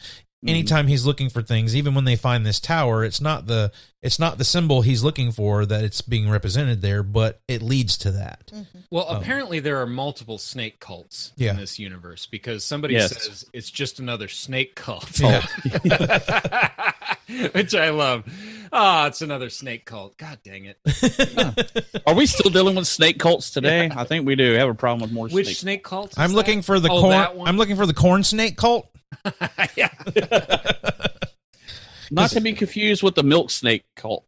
Anytime he's looking for things, even when they find this tower, it's not the it's not the symbol he's looking for that it's being represented there, but it leads to that.
Well,
Oh.
apparently there are multiple snake cults
Yeah.
in this universe because somebody
Yes.
says it's just another snake cult,
Yeah.
which I love. Ah, it's another snake cult. God dang it!
are we still dealing with snake cults today i think we do have a problem with more
Which
snakes
snake cult? is
I'm
that?
looking for the
Oh,
corn.
that one?
I'm looking for the corn snake cult.
yeah.
not to be confused with the milk snake cult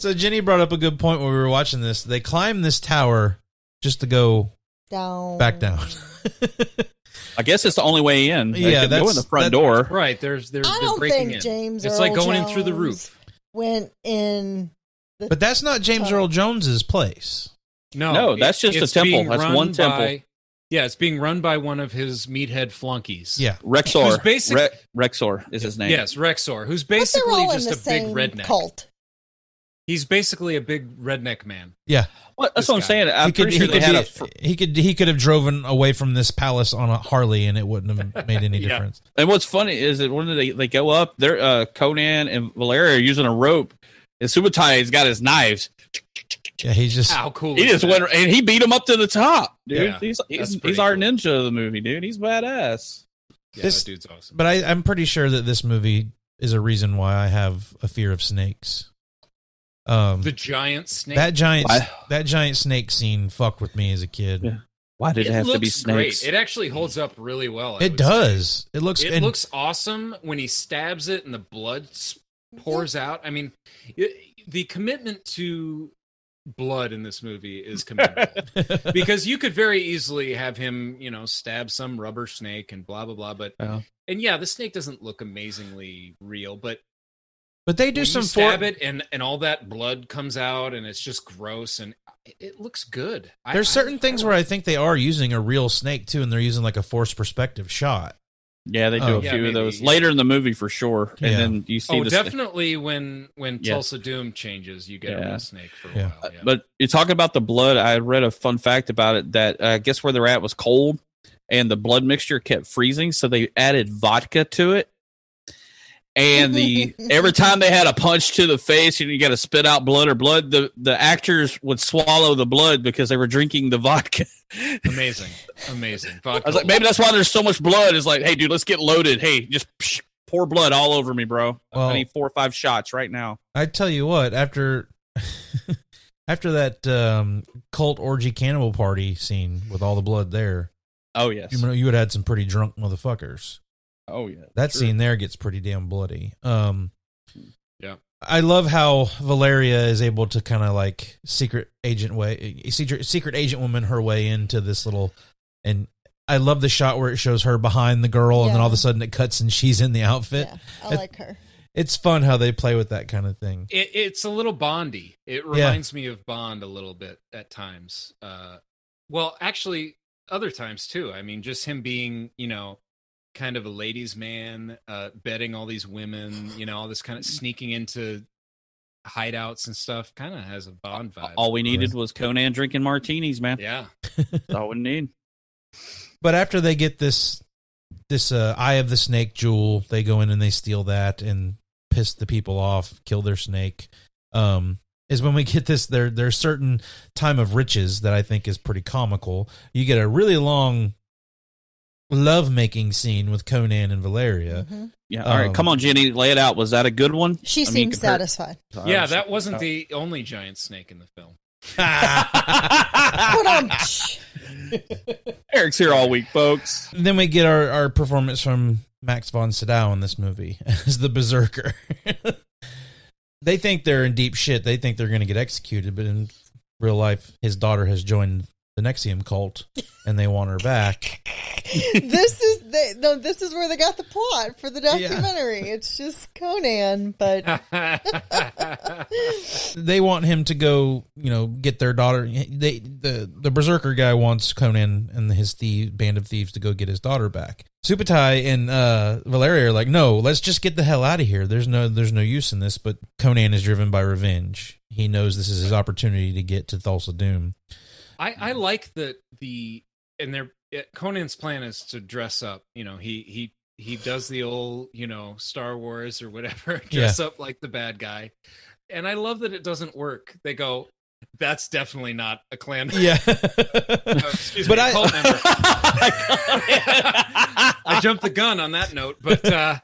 So Jenny brought up a good point when we were watching this. They climb this tower just to go
Down.
back down.
i guess it's the only way in they
Yeah,
yeah go in
that's-
the front
that-
door
Right. There's there's
I
they're
don't
breaking
think
in.
James
It's like
Earl
going in through the
Jones
roof.
Went in.
but that's not James
Oh.
Earl Jones's place.
No,
No, that's just a
it's
temple.
being
That's
run
one temple.
by- yeah, it's being run by one of his meathead flunkies.
Yeah.
Who's
rexor
basic-
Re- rexor is his name
Yes, Rexor, who's
But they're
basically
all in
just
the
a big
same
redneck.
cult.
He's basically a big redneck man.
Yeah,
Well, that's
This
what i'm
guy.
saying i'm
he could
pretty sure
he
they
could
had
be,
a fr-
he could he could have driven away from this palace on a Harley and it wouldn't have made any
Yeah.
difference.
And what's funny is that when they, they go up, they're uh, Conan and Valeria are using a rope, and Subutai has got his knives.
Yeah, he's just
How cool!
He
is
just
that?
went and he beat him up to the top, dude.
Yeah,
he's
that's
he's,
pretty
he's our
cool.
ninja of the movie, dude. He's badass.
Yeah,
This-
that dude's awesome.
But I, I'm pretty sure that this movie is a reason why I have a fear of snakes. Um,
The giant snake.
that giant
Why?
that giant snake scene fucked with me as a kid.
Yeah. Why did it, have to be
looks great.
snakes?
It actually holds up really well. I
It
would
does. It
say.
looks.
It looks awesome when he stabs it and the blood s- pours out. I mean, it, the commitment to blood in this movie is commendable because you could very easily have him, you know, stab some rubber snake and blah blah blah. But
Yeah.
and yeah, the snake doesn't look amazingly real, but
But they do
when
some
you stab
for-
it and and all that blood comes out and it's just gross and it, it looks good. I-
There's
I-
certain things where I think they are using a real snake too, and they're using like a forced perspective shot.
yeah, they do
Oh.
a few
Yeah,
of
maybe,
those
yeah.
later in the movie for sure.
Yeah.
And then you see
Oh,
the snake.
definitely when when
Yeah.
Tulsa Doom changes, you get a
Yeah.
real snake for a
Yeah.
while. Yeah.
But you talk about the blood. I read a fun fact about it that uh, I guess where they're at was cold, and the blood mixture kept freezing, so they added vodka to it. And the every time they had a punch to the face, and you got to spit out blood or blood, the the actors would swallow the blood because they were drinking the vodka.
amazing, amazing.
I was like, maybe that's why there's so much blood. It's like, hey, dude, let's get loaded. Hey, just psh, pour blood all over me, bro.
Well-
I need four or five shots right now.
I tell you what, after after that um, cult orgy cannibal party scene with all the blood there,
Oh yes.
you, know, you would have had some pretty drunk motherfuckers.
Oh yeah.
That
Sure.
scene there gets pretty damn bloody. Um,
Yeah.
I love how Valeria is able to kind of like secret agent way, secret secret agent woman her way into this little, and I love the shot where it shows her behind the girl, and then all of a
Yeah.
sudden it cuts and she's in the outfit.
Yeah, I
it-
like her.
It's fun how they play with that kind of thing.
it, it's a little Bondy. It reminds me of Bond a little bit at times. Uh, well, actually, other times too. I mean, just him being, you know, kind of a ladies' man, uh, betting all these women, you know, all this kind of sneaking into hideouts and stuff. Kind of has a Bond vibe.
All we needed was Conan drinking martinis, man.
yeah,
That's all we need.
But after they get this this uh, eye of the snake jewel, they go in and they steal that and piss the people off, kill their snake. Um, is when we get this. There there's certain time of riches that I think is pretty comical. You get a really long lovemaking scene with Conan and Valeria.
Mhm.
Yeah. All right,
Um,
come on, Jenny, lay it out. Was that a good one?
She
I mean,
seemed
compared-
satisfied.
Yeah, that wasn't the only giant snake in the film.
Ba-dum-tsh.
Eric's here all week, folks.
Then we get our, our performance from Max von Sydow in this movie as the berserker. they think they're in deep shit. They think they're going to get executed, but in real life, his daughter has joined the Nexium cult, and they want her back.
this is the, no. This is where they got the plot for the
Yeah.
documentary. It's just Conan, but
Uh,
They want him to go, you know, get their daughter. They the the berserker guy wants Conan and his thief, band of thieves to go get his daughter back. Supatai and uh, Valeria are like, no, let's just get the hell out of here. There's no there's no use in this. But Conan is driven by revenge. He knows this is his opportunity to get to Thulsa Doom.
I, I like that the and their Conan's plan is to dress up. You know, he he he does the old you know Star Wars or whatever, dress up like the bad guy, and I love that it doesn't work. They go, that's definitely not a clan.
Yeah,
Oh, excuse
But
me, a
I-
cult member. I jumped the gun on that note, but uh,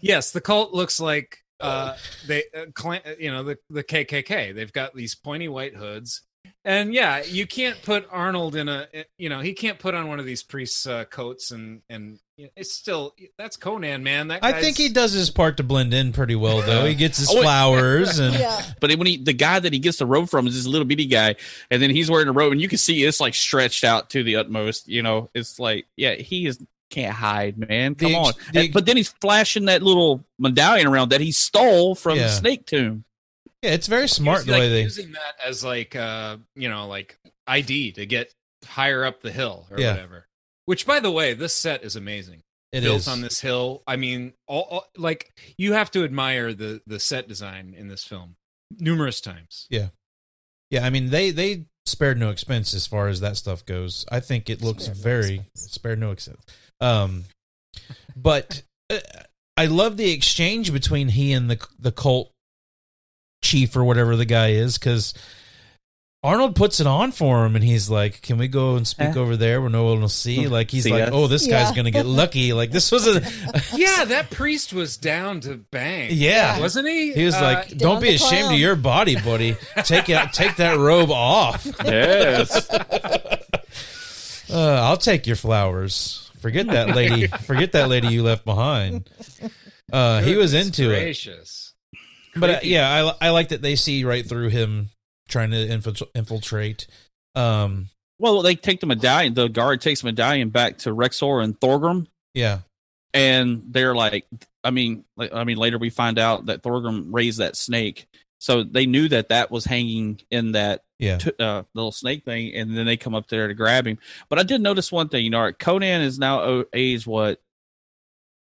yes, the cult looks like uh, they, uh, clan, you know, the the KKK. They've got these pointy white hoods, and yeah, you can't put Arnold in a, uh, you know, he can't put on one of these priests' uh, coats, and and you know, it's still that's Conan, man. That
I think
guy's-
he does his part to blend in pretty well, though. He gets his
Oh, it-
flowers and
yeah,
But when he, the guy that he gets the robe from is this little bitty guy, and then he's wearing a robe, and you can see it's like stretched out to the utmost. You know, it's like, yeah, he is can't hide, man.
The
Come
ex-
on.
the
And-
ex-
but then he's flashing that little medallion around that he stole from
Yeah.
the snake tomb.
yeah, it's very smart
He's,
the
like,
way they
using that as like uh you know like ID to get higher up the hill or
Yeah.
whatever. Which, by the way, this set is amazing.
it
built
is.
on this hill. I mean, all, all- like you have to admire the the set design in this film numerous times.
Yeah, I mean they they spared no expense as far as that stuff goes. I think it looks
Spared no
very spared no expense. Um, but uh, I love the exchange between he and the the cult chief or whatever the guy is because. Arnold puts it on for him, and he's like, "Can we go and speak
Eh.
over there where no one will see?" Like he's
See
like,
us?
"Oh, this guy's
Uh. Yeah.
gonna get lucky." Like this was a,
Yeah, that priest was down to bang.
yeah.
wasn't he?
He was
Uh,
like, "Don't
Down
be
the
ashamed
clown."
of your body, buddy. Take it, take that robe off."
Yes.
Uh, I'll take your flowers. Forget that lady. Forget that lady you left behind. Uh, he was
goodness
into it,
gracious.
but uh, yeah, I I like that they see right through him trying to infiltr- infiltrate. Um,
well, they take the medallion. The guard takes the medallion back to Rexor and Thorgrim,
yeah,
and they're like i mean like, i mean later we find out that thorgrim raised that snake so they knew that that was hanging in that
yeah,
t- uh, little snake thing and then they come up there to grab him but i did notice one thing you know conan is now o- age what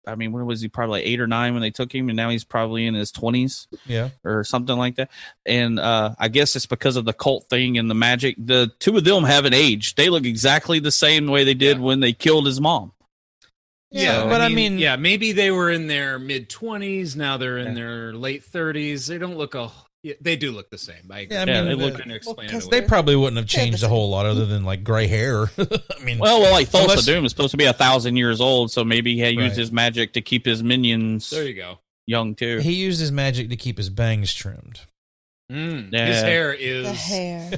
i mean when was he probably like eight or nine when they took him and now he's probably in his 20s
yeah.
or something like that and uh, i guess it's because of the cult thing and the magic the two of them haven't aged they look exactly the same way they did
Yeah.
when they killed his mom
Yeah, but I mean-
yeah, maybe they were in their mid twenties. Now they're in
Yeah.
their late thirties. They don't look a. yeah, They do look the same. I agree.
Yeah, I
Yeah,
mean,
they
uh,
look-
Trying to explain
Well,
it
'cause
they
away.
probably wouldn't have
They're the
changed a whole lot other than like gray hair. I mean,
Well, well, like Thulsa
Unless-
Doom is supposed to be a thousand years old, so maybe he used
Right.
his magic to keep his minions
there you go.
young too.
he used his magic to keep his bangs trimmed.
Mm,
Yeah.
His hair
the
is
hair.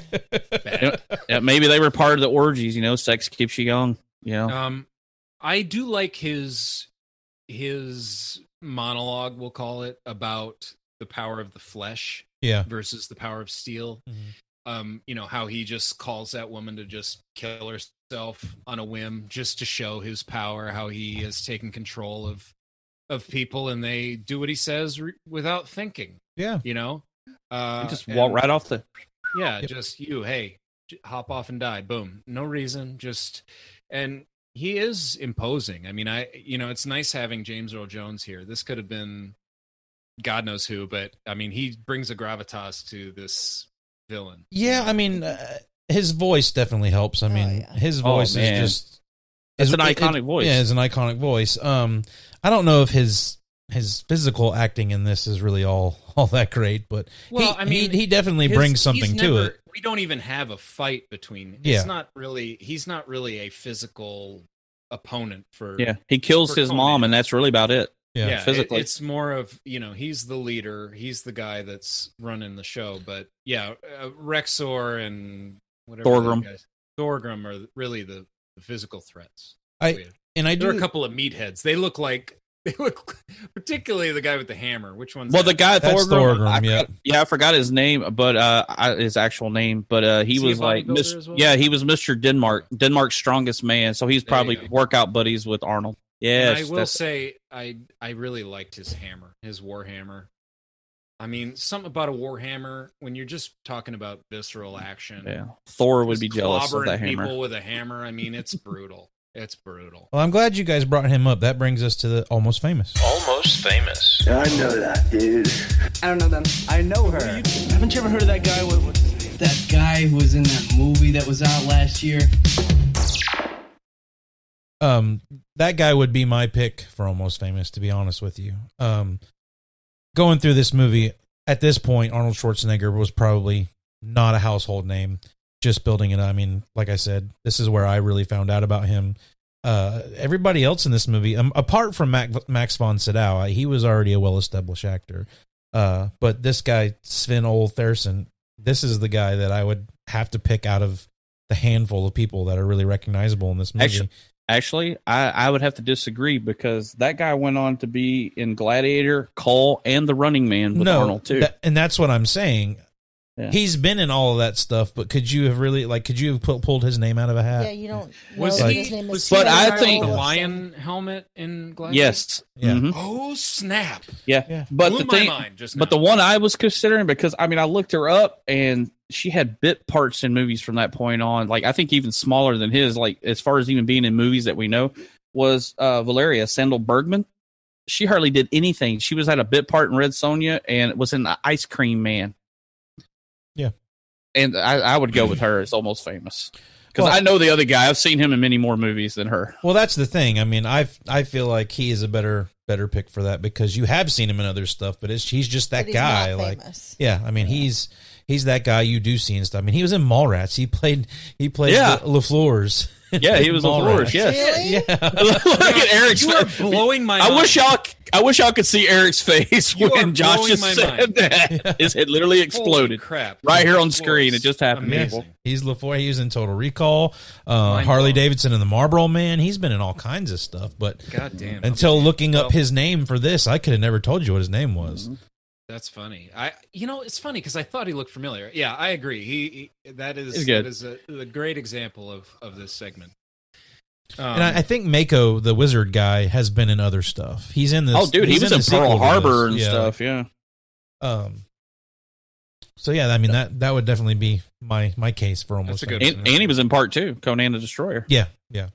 bad.
Yeah, maybe they were part of the orgies, you know. Sex keeps you young, you know.
Um, I do like his his monologue. We'll call it about the power of the flesh
Yeah,
versus the power of steel.
Mhm.
Um, you know how he just calls that woman to just kill herself on a whim, just to show his power, how he has taken control of of people, and they do what he says re- without thinking.
yeah.
You know, uh,
You just
and-
walk right off the.
yeah
Yep.
just you hey j- hop off and die boom no reason just and he is imposing i mean i you know it's nice having james earl jones here this could have been god knows who but i mean he brings a gravitas to this villain
Yeah, I mean, uh, his voice definitely helps. I
Oh,
mean,
yeah.
his
Oh,
voice is
man.
just
It's
is-
an
it-
iconic
it-
voice.
Yeah, it's an iconic voice. Um, I don't know if his his physical acting in this is really all all that great, but
Well,
he,
I mean,
he, he definitely
His-
brings
he's
something to
never-
it.
we don't even have a fight between
Yeah.
it's not really he's not really a physical opponent for
Yeah, he kills
For
his mom,
Conan.
and that's really about it.
Yeah,
yeah,
yeah.
it-
physically.
it's more of you know he's the leader, he's the guy that's running the show. But yeah, uh, Rexor and whatever the
Thorgrim.
guys- Thorgrim are really the, the physical threats.
I and I
There
do.
are a couple of meatheads. They look like they look particularly the guy with the hammer. Which one's
Well,
that?
the guy
That's
Thorgrim,
Thorgrim,
I
yeah.
forgot- yeah, I forgot his name, but uh, I, his actual name, but uh, he
Is he a
was like,
bodybuilder
Mis-
as well?
yeah, he was Mister Denmark, Denmark's strongest man. So he's
There you
probably
go.
workout buddies with Arnold.
And
Yes,
I will
that's-
say I I really liked his hammer, his war hammer. I mean, something about a war hammer when you're just talking about visceral action.
yeah, Thor would
just
be jealous of
clobbering
that hammer.
People with a hammer. I mean, it's brutal. It's brutal.
well, I'm glad you guys brought him up. That brings us to the almost famous.
Almost famous.
I know that, dude.
I don't know them. I know her. Haven't you ever heard of that guy? What, what's his name? That guy who was in that movie that was out last year.
um that guy would be my pick for almost famous to be honest with you um going through this movie at this point arnold schwarzenegger was probably not a household name just building it i mean like i said this is where i really found out about him uh everybody else in this movie um, apart from Mac, max von sydow he was already a well-established actor uh but this guy sven ole Thurson, this is the guy that i would have to pick out of the handful of people that are really recognizable in this movie
Actually- Actually, I, I would have to disagree because that guy went on to be in Gladiator, Call, and The Running Man with Arnold too.
that- and that's what I'm saying.
Yeah.
He's been in all of that stuff, but could you have really like could you have pu- pulled his name out of a hat?
yeah, you don't.
Was
know that
he-
his name
was
is
he
But
Sven
I
the guy
Ole
think-
with
Olsen.
the lion helmet in Gladiator.
yes,
Yeah.
Mhm.
Oh snap!
yeah.
Yeah.
But
Blew
the
my
thing,
mind just
But
now.
the one I was considering because I mean I looked her up and she had bit parts in movies from that point on. Like I think even smaller than his, like as far as even being in movies that we know, was uh Valeria Sandal Bergman. She hardly did anything. She was had a bit part in Red Sonja and was in the Ice Cream Man.
Yeah.
And I, I would go with her as almost famous. Because
Well-
I know the other guy. I've seen him in many more movies than her.
Well, that's the thing. I mean, I I feel like he is a better better pick for that because you have seen him in other stuff, but it's he's just that
But he's not
guy. Like,
famous.
yeah, I mean, he's he's that guy you do see and stuff. I mean, he was in Mallrats. He played he played
Yeah.
Le- LaFleur's.
Yeah, he was on
Mallrats.
Flores. Yes.
Really?
Yeah.
Look at Eric's
You are blowing my.
I
mind.
wish y'all. c- I wish y'all could see Eric's face
You are
when Josh
blowing
just
my
said
mind.
that. His head literally
Holy
exploded.
crap!
Right here on
Of
screen,
course.
it just happened.
Amazing.
Yeah. He's LaFleur. He was in Total Recall, uh,
Mind
Harley
blown.
Davidson and the Marlboro Man. He's been in all kinds of stuff, but
God damn. it.
until looking up
Well-
his name for this, I could have never told you what his name was.
That's funny. I, you know, it's funny because I thought he looked familiar. Yeah, I agree. He, he that
He's
is
good.
that is a, a great example of of this segment. Um,
And I, I think Mako, the wizard guy, has been in other stuff. He's in this.
Oh, dude, he
he's
was
the
in
sequel
Pearl
to
Harbor
this.
and
Yeah.
stuff. Yeah,
Um, so yeah, I mean that that would definitely be my my case for almost.
a good
everything.
and, and he was in Part Two, Conan the Destroyer.
Yeah, yeah.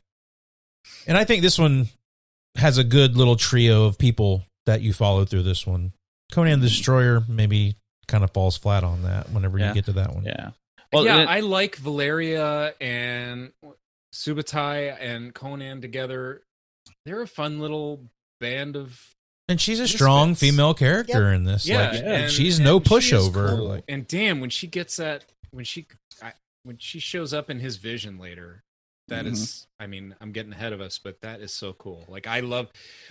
And I think this one has a good little trio of people that you follow through this one. Conan the Destroyer maybe kind of falls flat on that whenever
Yeah.
you get to that one.
Yeah.
yeah,
and-
I like Valeria and Subutai and Conan together. They're a fun little band of
And she's a
This
strong
fits.
female character in this.
yeah,
like,
and-
she's
and
no
she is
pushover.
cool.
Like,
and damn, when she gets that, when she I, when she shows up in his vision later, that
Mm-hmm.
is. I mean, I'm getting ahead of us, but that is so cool. Like I love,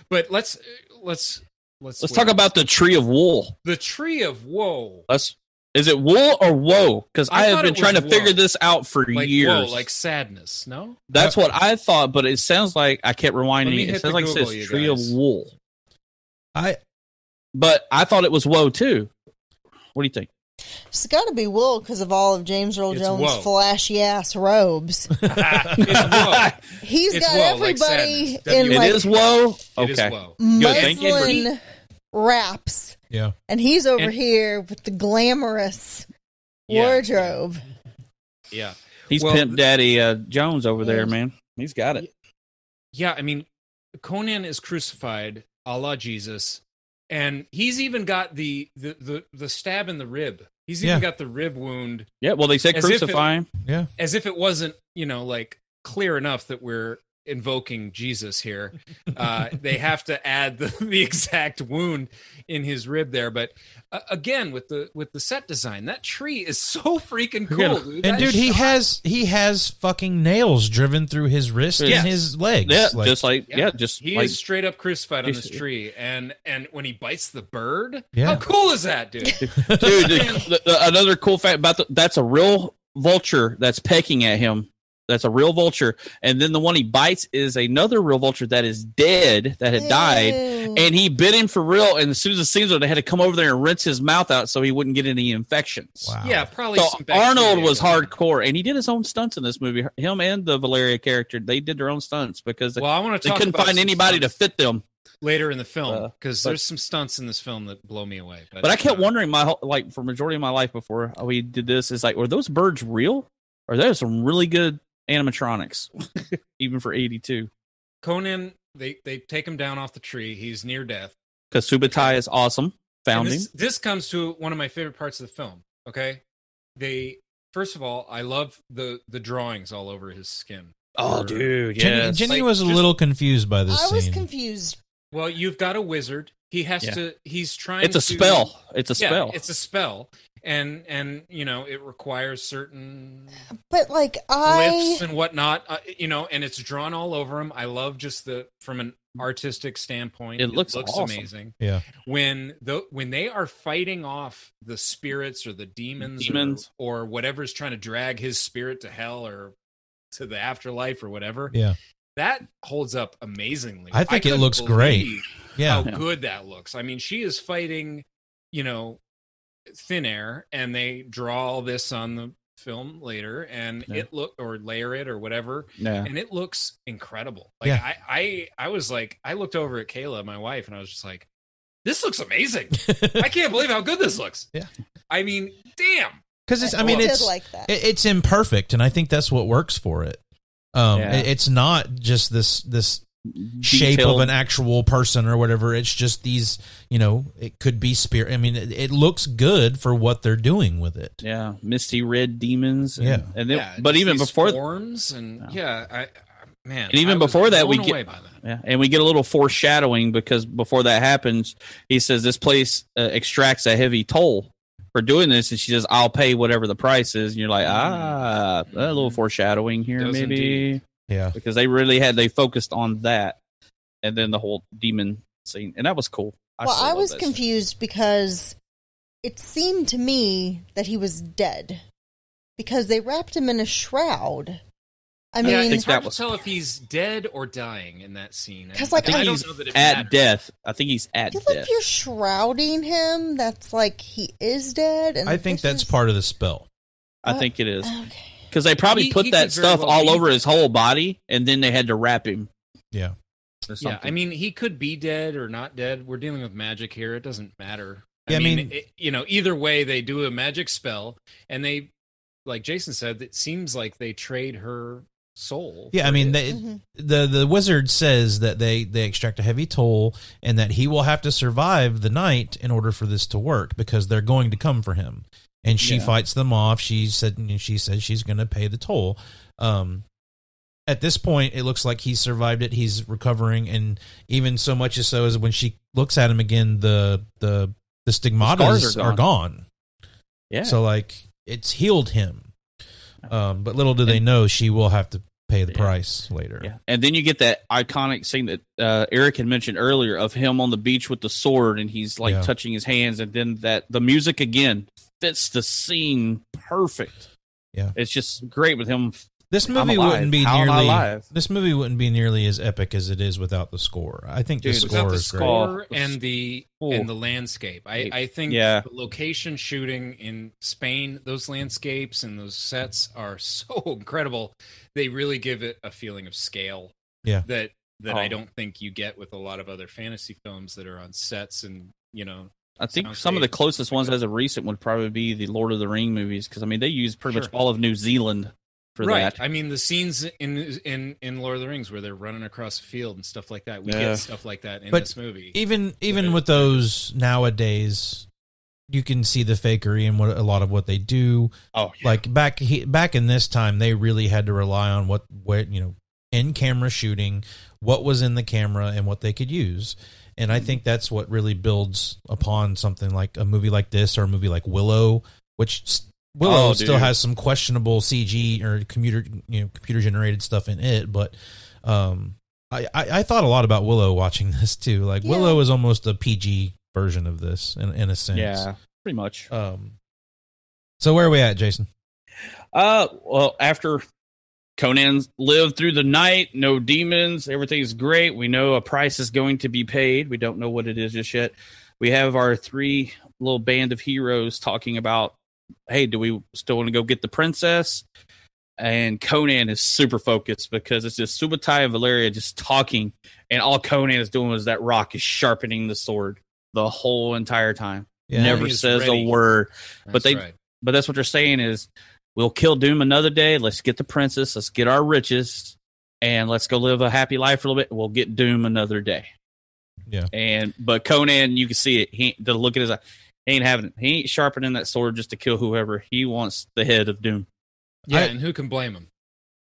but let's let's let's
let's
wait.
talk about the Tree of Wool.
the tree of woe.
Let's. Is it wool or woe? Because
I
I, have
thought
been
it
trying to
was
figure
woe.
this out for
Like
years.
woe, like sadness. No,
That's what I thought, but it sounds like I kept
Let me
rewinding. it.
hit
It sounds
the
like
Google,
it
you
says Tree of
guys.
Wool,
I
but I thought it was woe too. What do you think?
It's got to be wool because of all of James Earl
It's
Jones'
woe.
flashy ass robes.
it's woe.
He's
It's
got
woe, like
everybody
sadness.
in
W-
It
like
is woe.
It is
Okay.
woe.
thank you.
muslin wraps,
yeah.
and he's over
And-
here with the glamorous
Yeah.
wardrobe.
Yeah,
He's
Well,
Pimp Daddy uh, Jones over there, man. He's got it.
yeah. I mean, Conan is crucified, a la Jesus, and he's even got the the the, the stab in the rib. He's even
Yeah.
got the rib wound
Yeah, well, they said
As if it-
crucify him.
Yeah.
as if it wasn't, you know, like clear enough that we're invoking Jesus here. Uh, they have to add the, the exact wound in his rib there. But uh, again, with the with the set design, that tree is so freaking cool,
Yeah.
dude.
And
That
dude, he
shot-
has he has fucking nails driven through his wrist
Yes.
and his legs.
Yeah, just like
Yeah.
yeah, just
he
like
is straight up crucified on
Just-
this tree, and and when he bites the bird,
Yeah.
how cool is that, dude?
dude. the- the- another cool fact about the, that's a real vulture that's pecking at him. That's a real vulture, and then the one he bites is another real vulture that is dead that had died,
Ew.
and he bit him for real. And as soon as it seems they had to come over there and rinse his mouth out so he wouldn't get any infections.
wow.
Yeah, probably.
So
some bacteria
Arnold was
going on.
hardcore, and he did his own stunts in this movie. Him and the Valeria character, they did their own stunts because they,
Well, I want to
they
talk.
couldn't
about
find
some
anybody
stunts
to fit them.
later in the film
Uh,
because
but-
there's some stunts in this film that blow me away. But,
But I kept
uh,
wondering my whole, like for majority of my life before we did this is like were those birds real? Or there's some really good animatronics, even for '82.
Conan. They they take him down off the tree. He's near death.
Because Subutai is awesome.
And
Found him.
this, this comes to one of my favorite parts of the film. Okay, they first of all, I love the the drawings all over his skin.
Oh, dude,
Jenny,
yes.
Jenny
Like,
was a
just-
little confused by this
I was
scene.
confused.
Well, you've got a wizard. He has
Yeah.
to. He's trying.
It's a
to-
spell. It's a
Yeah,
spell.
It's a spell, and and you know it requires certain
But like
lifts
I
and whatnot, uh, you know, and it's drawn all over him. I love just the from an artistic standpoint,
It looks awesome.
amazing.
Yeah.
when the when they are fighting off the spirits or the demons, or-
Demons.
Or, whatever's trying to drag his spirit to hell or to the afterlife or whatever,
Yeah.
that holds up amazingly.
I think it
couldn't
looks great.
believe
Yeah.
Oh,
how good that looks. I mean, she is fighting, you know, thin air, and they draw all this on the film later, and
Yeah.
it look or layer it or whatever,
yeah.
and it looks incredible. Like
Yeah.
I, I, I was like, I looked over at Kayla, my wife, and I was just like, this looks amazing. I can't believe how good this looks.
Yeah.
I mean, damn.
Because it's, I mean,
did
it's
like that.
it, it's imperfect, and I think that's what works for it. Um,
Yeah.
it- it's not just this this shape of
Detailed.
an actual person or whatever. It's just these, you know, it could be spirit. I mean, it, it looks good for what they're doing with it.
yeah, misty red demons. And,
Yeah.
and then,
Yeah,
but
just
even
these
before
forms and yeah, I, I- man,
And even
I was
before that, we
blown
get-
away by that.
Yeah, and we get a little foreshadowing because before that happens, he says this place uh, extracts a heavy toll for doing this, and she says, "I'll pay whatever the price is." And you're like, ah, a little foreshadowing here,
Mm-hmm. Does
maybe,
indeed.
Yeah.
because they really had they focused on that, and then the whole demon scene, and that was cool.
well,
still
I
love
was
that scene.
confused because it seemed to me that he was dead because they wrapped him in a shroud. I
yeah,
mean,
think
it's hard
that was-
to tell if he's dead or dying in that scene.
'Cause, like,
I,
I-
don't know that it
At
matters.
death, I think he's at
feel
death.
like you're shrouding him. That's like he is dead. And
I think
this
that's
is-
part of the spell.
I think it is
Okay.
because they probably
He-
put
he
that
could very
stuff
well
all
be.
over his whole body, and then they had to wrap him.
Yeah.
or
Yeah, I
something.
mean, he could be dead or not dead. We're dealing with magic here. It doesn't matter. I
Yeah, I
mean,
mean-
it- you know, either way, they do a magic spell, and they, like Jason said, it seems like they trade her soul.
Yeah, I mean, they,
Mhm.
the the wizard says that they they extract a heavy toll and that he will have to survive the night in order for this to work because they're going to come for him. And she
Yeah.
fights them off. She said and she says she's going to pay the toll. Um, at this point, it looks like he survived it. He's recovering, and even so much as so as when she looks at him again, the the the
scars
stigmatas
are
are
gone.
gone.
yeah.
So like it's healed him. Um, but little do they know she will have to pay the
Yeah.
price later.
Yeah. And then you get that iconic scene that uh, Eric had mentioned earlier of him on the beach with the sword and he's like
Yeah.
touching his hands and then that the music again fits the scene perfect.
Yeah.
It's just great with him.
This
I'm
movie
alive.
wouldn't be
How am I
nearly
alive?
this movie wouldn't be nearly as epic as it is without the score. I think the
Dude,
score
Without the
is
great.
score and the
Oh.
and the landscape, I, I think
Yeah.
the location shooting in Spain, those landscapes and those sets are so incredible. They really give it a feeling of scale.
Yeah.
That that
Oh.
I don't think you get with a lot of other fantasy films that are on sets and you know
I think
Sounds
some of the
great.
closest ones as a recent would probably be the Lord of the Ring movies because I mean they use pretty much
Sure.
all of New Zealand for
right.
that.
I mean, the scenes in in in Lord of the Rings where they're running across a field and stuff like that. We
Yeah.
get stuff like that in
But
this movie.
Even even with those nowadays you can see the fakery in what a lot of what they do.
oh, yeah.
Like back he, back in this time they really had to rely on what what you know in camera shooting, what was in the camera, and what they could use. And
Mm-hmm.
I think that's what really builds upon something like a movie like this or a movie like Willow, which s- Willow
Oh,
still
dude.
has some questionable CG or computer you know computer generated stuff in it, but um, I, I I thought a lot about Willow watching this too. Like
Yeah.
Willow is almost a PG version of this in, in a sense.
Yeah, pretty much.
Um. So where are we at, Jason?
Uh, well, after Conan lived through the night, no demons, everything's great. We know a price is going to be paid. We don't know what it is just yet. We have our three little band of heroes talking about, hey, do we still want to go get the princess? And Conan is super focused because it's just Subutai and Valeria just talking, and all Conan is doing is that rock is sharpening the sword the whole entire time.
Yeah.
Never
He is
says
ready.
a word
That's
But they-
right.
but that's what they're saying is we'll kill doom another day let's get the princess let's get our riches and let's go live a happy life for a little bit we'll get doom another day
Yeah.
and but conan you can see it he the look at his eye he ain't having it he ain't sharpening that sword just to kill whoever he wants the head of doom
yeah,
I-
and who can blame them?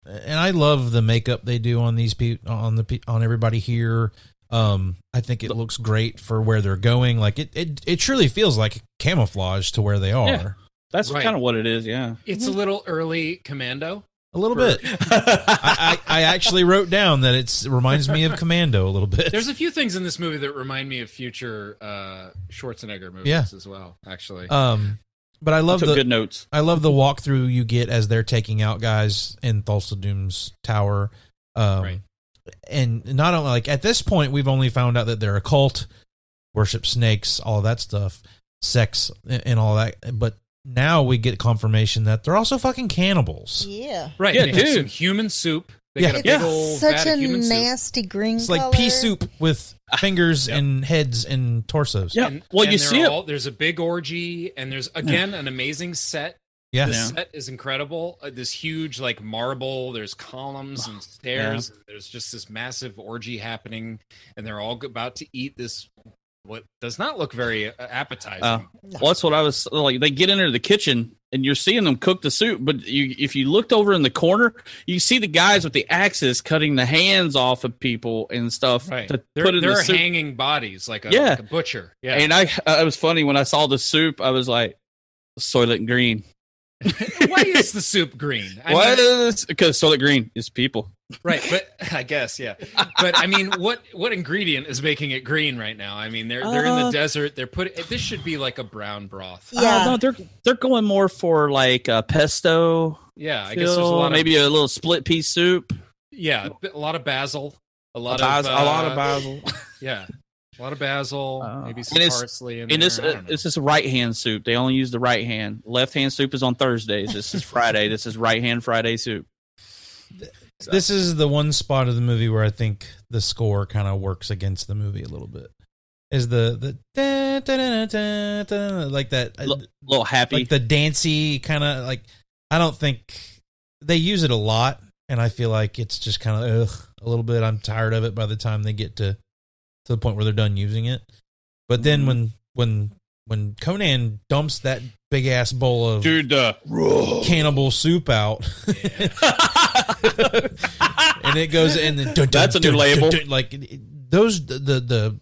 and I love the makeup they do on these people on the pe- on everybody here. Um, I think it looks great for where they're going. Like it, it, it truly feels like camouflage to where they are.
Yeah. that's
Right.
kind of what it is yeah
It's a little early, Commando.
A little bit. I, I, I actually wrote down that it's, it reminds me of Commando a little bit.
There's a few things in this movie that remind me of future uh, Schwarzenegger movies
Yeah.
as well. Actually,
Uh,
um, but I love
took
the
good notes
I love the walkthrough you get as they're taking out guys in Thulsa Doom's tower. Um,
Right.
And not only like at this point, we've only found out that they're a cult, worship snakes, all that stuff, sex, and, and all that. But now we get confirmation that they're also fucking cannibals.
Yeah.
right?
Yeah,
they have
dude.
some human soup. They
Yeah.
got a
It's
big old
such
vat of
a
human soup.
nasty green
It's like
color.
pea soup with fingers
Yep.
and heads and torsos.
yeah
And-
well
and
you
they're
see it
all- There's a big orgy, and there's again an amazing set.
Yeah.
The
Yeah.
set is incredible. Uh, this huge like marble. There's columns and stairs. and there's just this massive orgy happening, and they're all about to eat this. What does not look very uh, appetizing.
Uh, Well, that's what I was like. They get into the kitchen and you're seeing them cook the soup, but you, if you looked over in the corner, you see the guys with the axes cutting the hands off of people and stuff
right.
to
There,
put in
there
the
are
soup.
hanging bodies like a,
Yeah.
like a butcher. Yeah.
And I, I was funny when I saw the soup. I was like, "Soylent Green."
Why is the soup green? I
What
mean,
is? Because Soylent Green is people.
right, but I guess yeah. But I mean, what what ingredient is making it green right now? I mean, they're they're in the
Uh,
desert. They're put. This should be like a brown broth.
Ah,
Uh,
Yeah.
no, they're they're going more for like uh, pesto.
Yeah, I guess there's a
still,
lot of
maybe a little split pea soup.
Yeah, a bit- a lot of basil, a lot
bas-
of
a lot
uh,
of basil.
Yeah, a lot of basil,
Uh,
maybe
and
some
it's-
parsley. In
And
there,
this
I don't
uh,
know.
this is right hand soup. They only use the right hand. Left hand soup is on Thursdays. This is Friday. this is right hand Friday soup.
This is the one spot of the movie where I think the score kind of works against the movie a little bit. Is the the da, da, da, da, da, like that
L- little happy.
like the dancey kind of like I don't think they use it a lot, and I feel like it's just kind of ugh a little bit. I'm tired of it by the time they get to to the point where they're done using it. But then when when when Conan dumps that big ass bowl of
Dude, uh,
cannibal soup out, and it goes and then dun, dun,
That's a new
dun,
label.
dun, dun, like it- it- those the the the,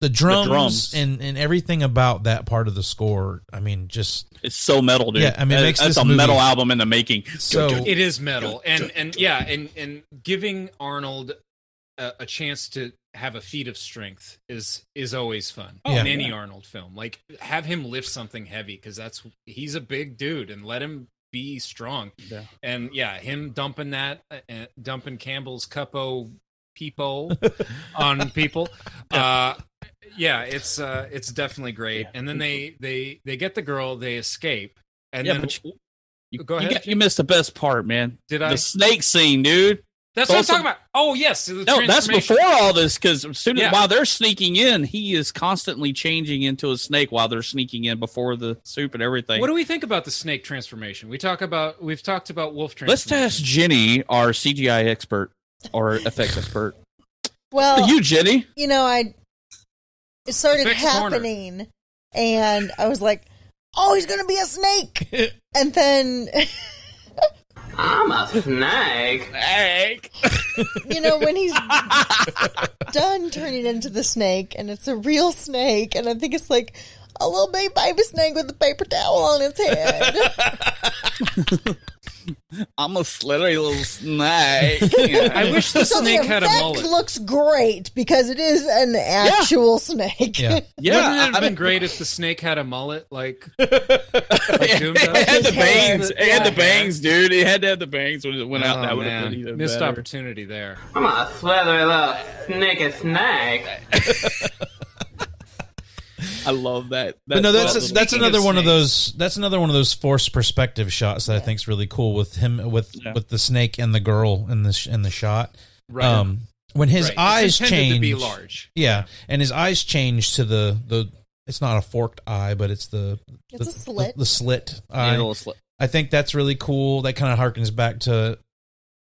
the drums,
drums.
and and everything about that part of the score. I mean, just
it's so metal, dude.
Yeah, I mean, it
That-
makes
that's
this
a
movie-
metal album in the making.
so
it is metal, and and yeah, and and giving Arnold a, a chance to have a feat of strength is is always fun
Oh,
Yeah.
in any Arnold film. Like have him lift something heavy because that's he's a big dude, and let him be strong.
Yeah.
And yeah, him dumping that, uh, uh, dumping Campbell's cupo people on people. Uh, yeah, it's uh, it's definitely great.
Yeah.
And then they they they get the girl, they escape, and
Yeah,
then
but You,
Go
you
ahead,
got- you
Jim.
missed the best part, man.
did I?
The snake scene, dude.
That's what I'm
Folsom-
talking about. Oh yes, the
No, that's
transformation.
before all this because as soon as
Yeah.
while they're sneaking in, he is constantly changing into a snake while they're sneaking in before the soup and everything.
What do we think about the snake transformation? We talk about we've talked about wolf
Let's
transformation.
test Jenny, our CGI expert or effects expert.
Oh.
Well,
you, Jenny.
you know, I it started
Fixed corner.
happening, and I was like, "Oh, he's gonna be a snake!" and then
I'm a snake.
Egg.
You know, when he's done turning into the snake and it's a real snake, and I think it's like a little baby, baby snake with a paper towel on its head.
I'm a slippery little snake.
I wish the
so the
snake had a
effect
mullet.
looks great because it is an actual snake.
Yeah.
yeah,
Wouldn't it have
I- I
been
mean-
great if the snake had a mullet like, like Doom does?
It had the bangs. It had the
Yeah.
bangs, dude. It had to have the bangs when it went out.
Oh,
That would have
man.
been even
missed
better.
opportunity there.
I'm a slithery little snake snake.
I love that.
But no, that's
awesome.
that's, another
of
one of
snakes.
those. That's another one of those forced perspective shots that I think's really cool with him with
Yeah.
with the snake and the girl in the sh- in the shot.
Right.
Um, when his
Right. It's
eyes
intended
change,
to be large.
yeah, and his eyes change to the the. It's not a forked eye, but it's the
It's
the,
a slit.
The, the slit
Yeah,
eye.
little sli-
I think that's really cool. That kind of harkens back to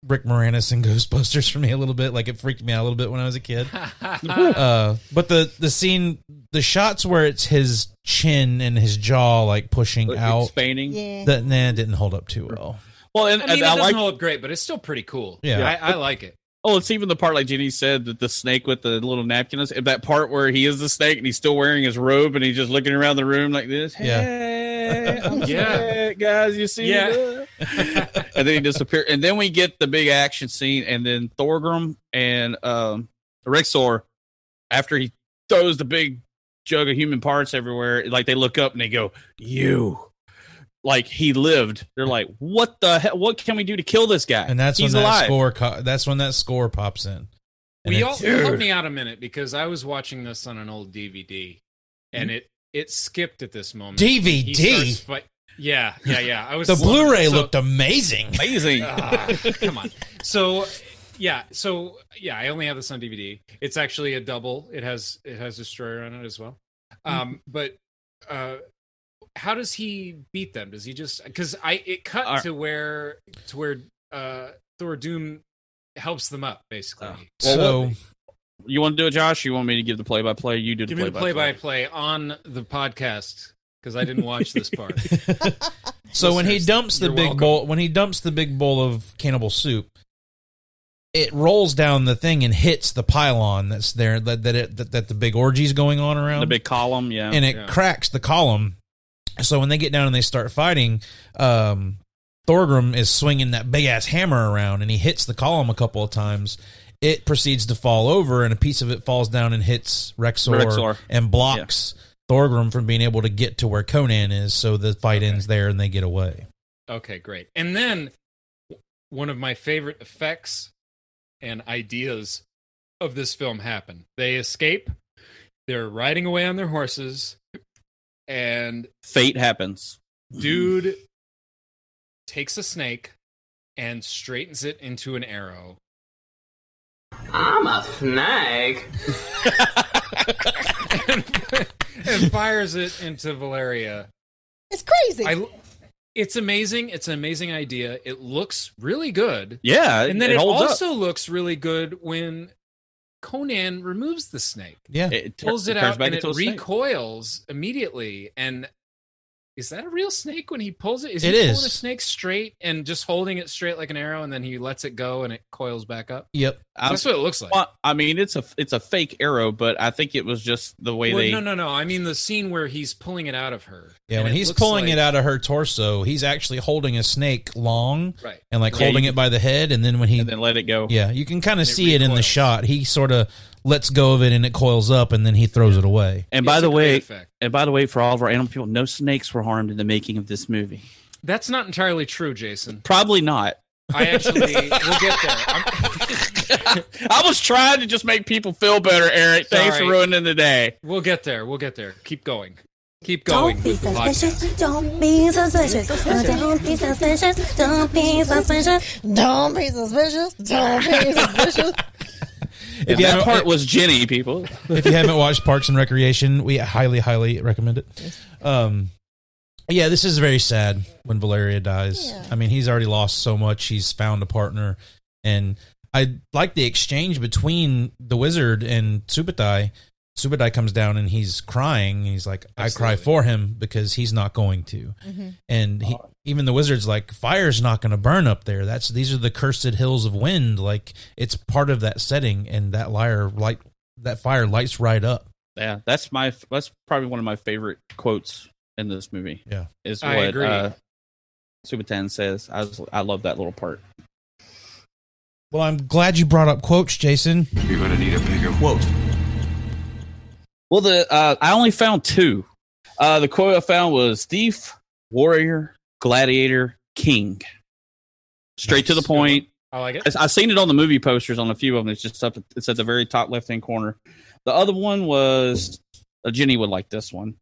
Rick Moranis and Ghostbusters for me a little bit. Like it freaked me out a little bit when I was a kid. uh, but the the scene, the shots where it's his chin and his jaw like pushing out,
expanding.
Yeah.
that nah, it didn't hold up too well.
Well, and,
I
and
mean, it
I
doesn't
like.
hold up great, but it's still pretty cool.
Yeah.
I, I like it.
Oh, it's even the part like Jenny said that the snake with the little napkin is that part where he is the snake and he's still wearing his robe and he's just looking around the room like this.
Yeah.
Hey, I'm
Yeah.
back, guys, you see?
Yeah.
that?" and then he disappears. And then we get the big action scene, and then Thorgrim and um, Rexor, after he throws the big jug of human parts everywhere, like they look up and they go, "You." Like he lived, they're like, "What the hell? What can we do to kill this guy?"
And that's
He's
when that
alive.
score. Co- that's when that score pops in. And
we all
it's-
let me out a minute because I was watching this on an old DVD, and
Mm-hmm.
it it skipped at this moment. He
DVD?
starts fight- yeah, yeah, yeah. I was
the Blu-ray
so-
looked amazing.
Amazing.
Ah, come on. So yeah, so yeah, I only have this on DVD. It's actually a double. It has it has destroyer on it as well. Um, but uh, how does he beat them? Does he just because I it cut
All right.
to where to where uh, Thor Doom helps them up basically.
Oh.
so
You want to do it, Josh? You want me to give the play by play? You do the
Give me
play
the play by play on the podcast because I didn't watch this part.
So when he
Listeners,
dumps the
you're
big
welcome.
bowl, when he dumps the big bowl of cannibal soup, it rolls down the thing and hits the pylon that's there that that it, that, that the big orgy's going on around,
The big column, yeah.
and it
Yeah.
cracks the column. So when they get down and they start fighting, um, Thorgrim is swinging that big ass hammer around, and he hits the column a couple of times. It proceeds to fall over, and a piece of it falls down and hits Rexor,
Rexor.
and blocks Thorgrim from being able to get to where Conan is. So the fight ends there, and they get away.
Okay, great. And then w- one of my favorite effects and ideas of this film happen. They escape. They're riding away on their horses, and
Fate happens.
dude takes a snake and straightens it into an arrow.
I'm a snake.
and fires it into Valeria.
It's crazy.
I, it's amazing. It's an amazing idea. It looks really good.
Yeah,
and then it,
holds
also looks really good when Conan removes the snake,
Yeah.
up. It tur-
pulls it
turns
out, and it
into a snake.
recoils immediately. And is that a real snake when he pulls it? Is
It
he
is.
pulling a snake straight and just holding it straight like an arrow, and then he lets it go and it coils back up?
Yep.
I'm-
That's what it looks like.
well, I mean, it's a it's a fake arrow, but I think it was just the way
Well,
they.
no, no, no. I mean the scene where he's pulling it out of her.
Yeah,
and
when
it
he's
looks
pulling
like-
it out of her torso, he's actually holding a snake long
right?
and like
Yeah,
holding
you-
it by the head, and then when he,
And then let it go.
yeah, you can kind of
it
see it in the
recoils.
shot. He sort of lets go of it, and it coils up, and then he throws it away.
And by
It's
the
a great
way,
effect.
and by the way, for all of our animal people, no snakes were harmed in the making of this movie.
that's not entirely true, Jason.
Probably not.
I actually we'll get there. I'm-
I was trying to just make people feel better, Eric. Thanks for
Sorry.
ruining the day.
We'll get there. We'll get there. Keep going. Keep going.
Don't be
with the podcast.
suspicious. Don't be suspicious. Don't be suspicious. Don't be suspicious.
Don't be suspicious. Don't be suspicious.
If you,
that
haven't,
part was Jenny, people.
if you haven't watched Parks and Recreation, we highly, highly recommend it. Um, yeah, this is very sad when Valeria dies.
Yeah.
I mean, he's already lost so much. He's found a partner, and I like the exchange between the wizard and Subutai Subadai comes down and he's crying. And he's like, I cry
Absolutely.
for him because he's not going to.
Mhm.
And he, even the wizard's like, fire's not going to burn up there. That's these are the cursed hills of wind. Like it's part of that setting, and that liar light that fire lights right up.
Yeah, that's my that's probably one of my favorite quotes in this movie.
Yeah.
is what
I agree.
Uh, Subatan says. I was, I love that little part.
Well, I'm glad you brought up quotes, Jason.
You're gonna need a bigger quote.
Well, the uh, I only found two. Uh, the quote I found was thief, warrior, gladiator, king. Straight to the
Nice. Good one.
point.
I like it.
It's- I've seen it on the movie posters on a few of them. It's just up. It's at the very top left hand corner. The other one was uh, Jenny would like this one.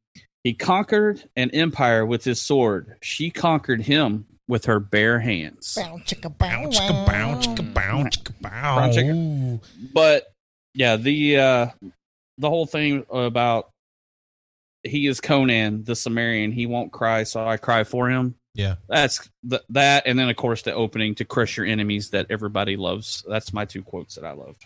He conquered an empire with his sword. She conquered him with her bare hands.
Bow, chicka, bow,
Bow, chicka, bow, chicka, bow, chicka, bow.
Brown chicken.
Ooh.
But yeah, the uh, the whole thing about he is Conan the Sumerian. He won't cry, so I cry for him.
Yeah.
That's th- that, and then of course the opening to crush your enemies that everybody loves. That's my two quotes that I loved.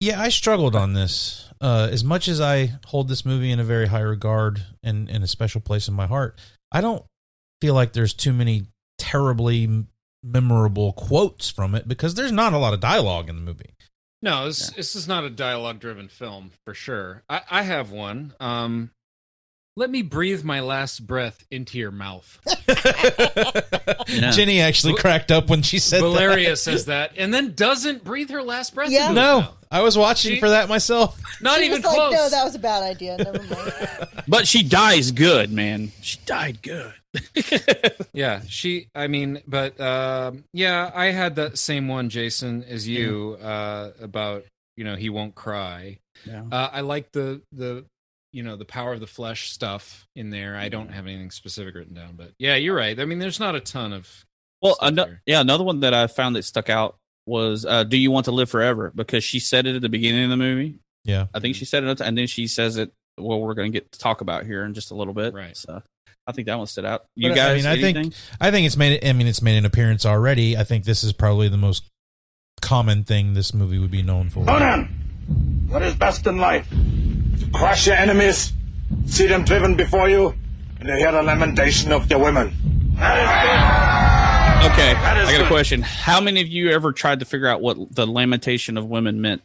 Yeah, I struggled on this. Uh, as much as I hold this movie in a very high regard and in a special place in my heart, I don't feel like there's too many terribly m- memorable quotes from it because there's not a lot of dialogue in the movie.
No, this, this is not a dialogue driven film for sure. I, I have one. Um, let me breathe my last breath into your mouth.
Yeah.
Jenny actually cracked up when she said
Valeria says that and then doesn't breathe her last breath.
Yeah.
that.
into his
No,
mouth.
I was watching
She-
for that myself.
Not
She
even
was like,
close.
no, that was a bad idea. Never mind.
But she dies good, man. She died good.
Yeah, she. I mean, but um, yeah, I had that same one, Jason, as you uh, about you know he won't cry.
Yeah.
Uh, I like the the you know the power of the flesh stuff in there. I don't have anything specific written down, but yeah, you're right. I mean, there's not a ton of
Well,
stuff
another
there.
yeah, another one that I found that stuck out was uh, "Do you want to live forever?" Because she said it at the beginning of the movie.
Yeah.
I think she said it, and then she says it. Well, we're going to get to talk about here in just a little bit,
Right.
So, I think that one stood out. You
But, uh, I
guys,
mean, I think-
anything?
I think it's made. I mean, it's made an appearance already. I think this is probably the most common thing this movie would be known for.
Conan, what is best in life? To crush your enemies, see them driven before you, and to hear the lamentation of your women.
okay,
is
I got
good.
a question. How many of you ever tried to figure out what the lamentation of women meant?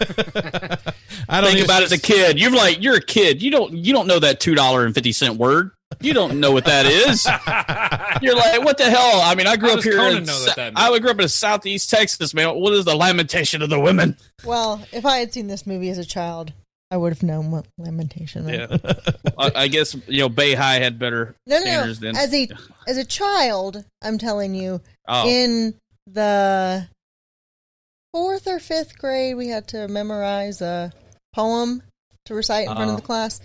I don't
think
even-
about it as a kid. You're like, you're a kid. You don't you don't know that two dollar and fifty cent word. You don't know what that is. You're like, what the hell? I mean, I grew
How
up
does
here.
Conan
in
know
Sou-
what that means?
I grew up in Southeast Texas, man. What is the lamentation of the women?
well, if I had seen this movie as a child, I would have known what lamentation meant.
I, I guess you know Bay High had better
No, no, no.
standards than.
As a as a child, I'm telling you,
oh,
in the fourth or fifth grade, we had to memorize a poem to recite in front of
Uh-huh.
the class.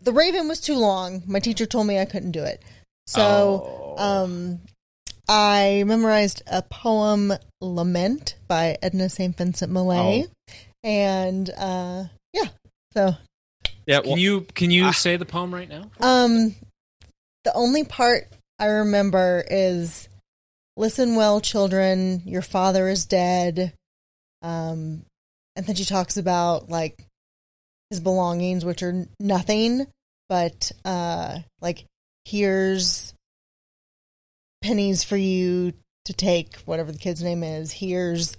The Raven was too long. My teacher told me I couldn't do it. So
Oh.
um, I memorized a poem, Lament, by Edna St. Vincent Millay.
Oh.
And uh, yeah, so
yeah, well,
Can you can
Ah.
you say the poem right now?
um, the only part I remember is listen well, children, your father is dead. Um, and then she talks about like his belongings, which are nothing, but uh, like here's pennies for you to take, whatever the kid's name is. Here's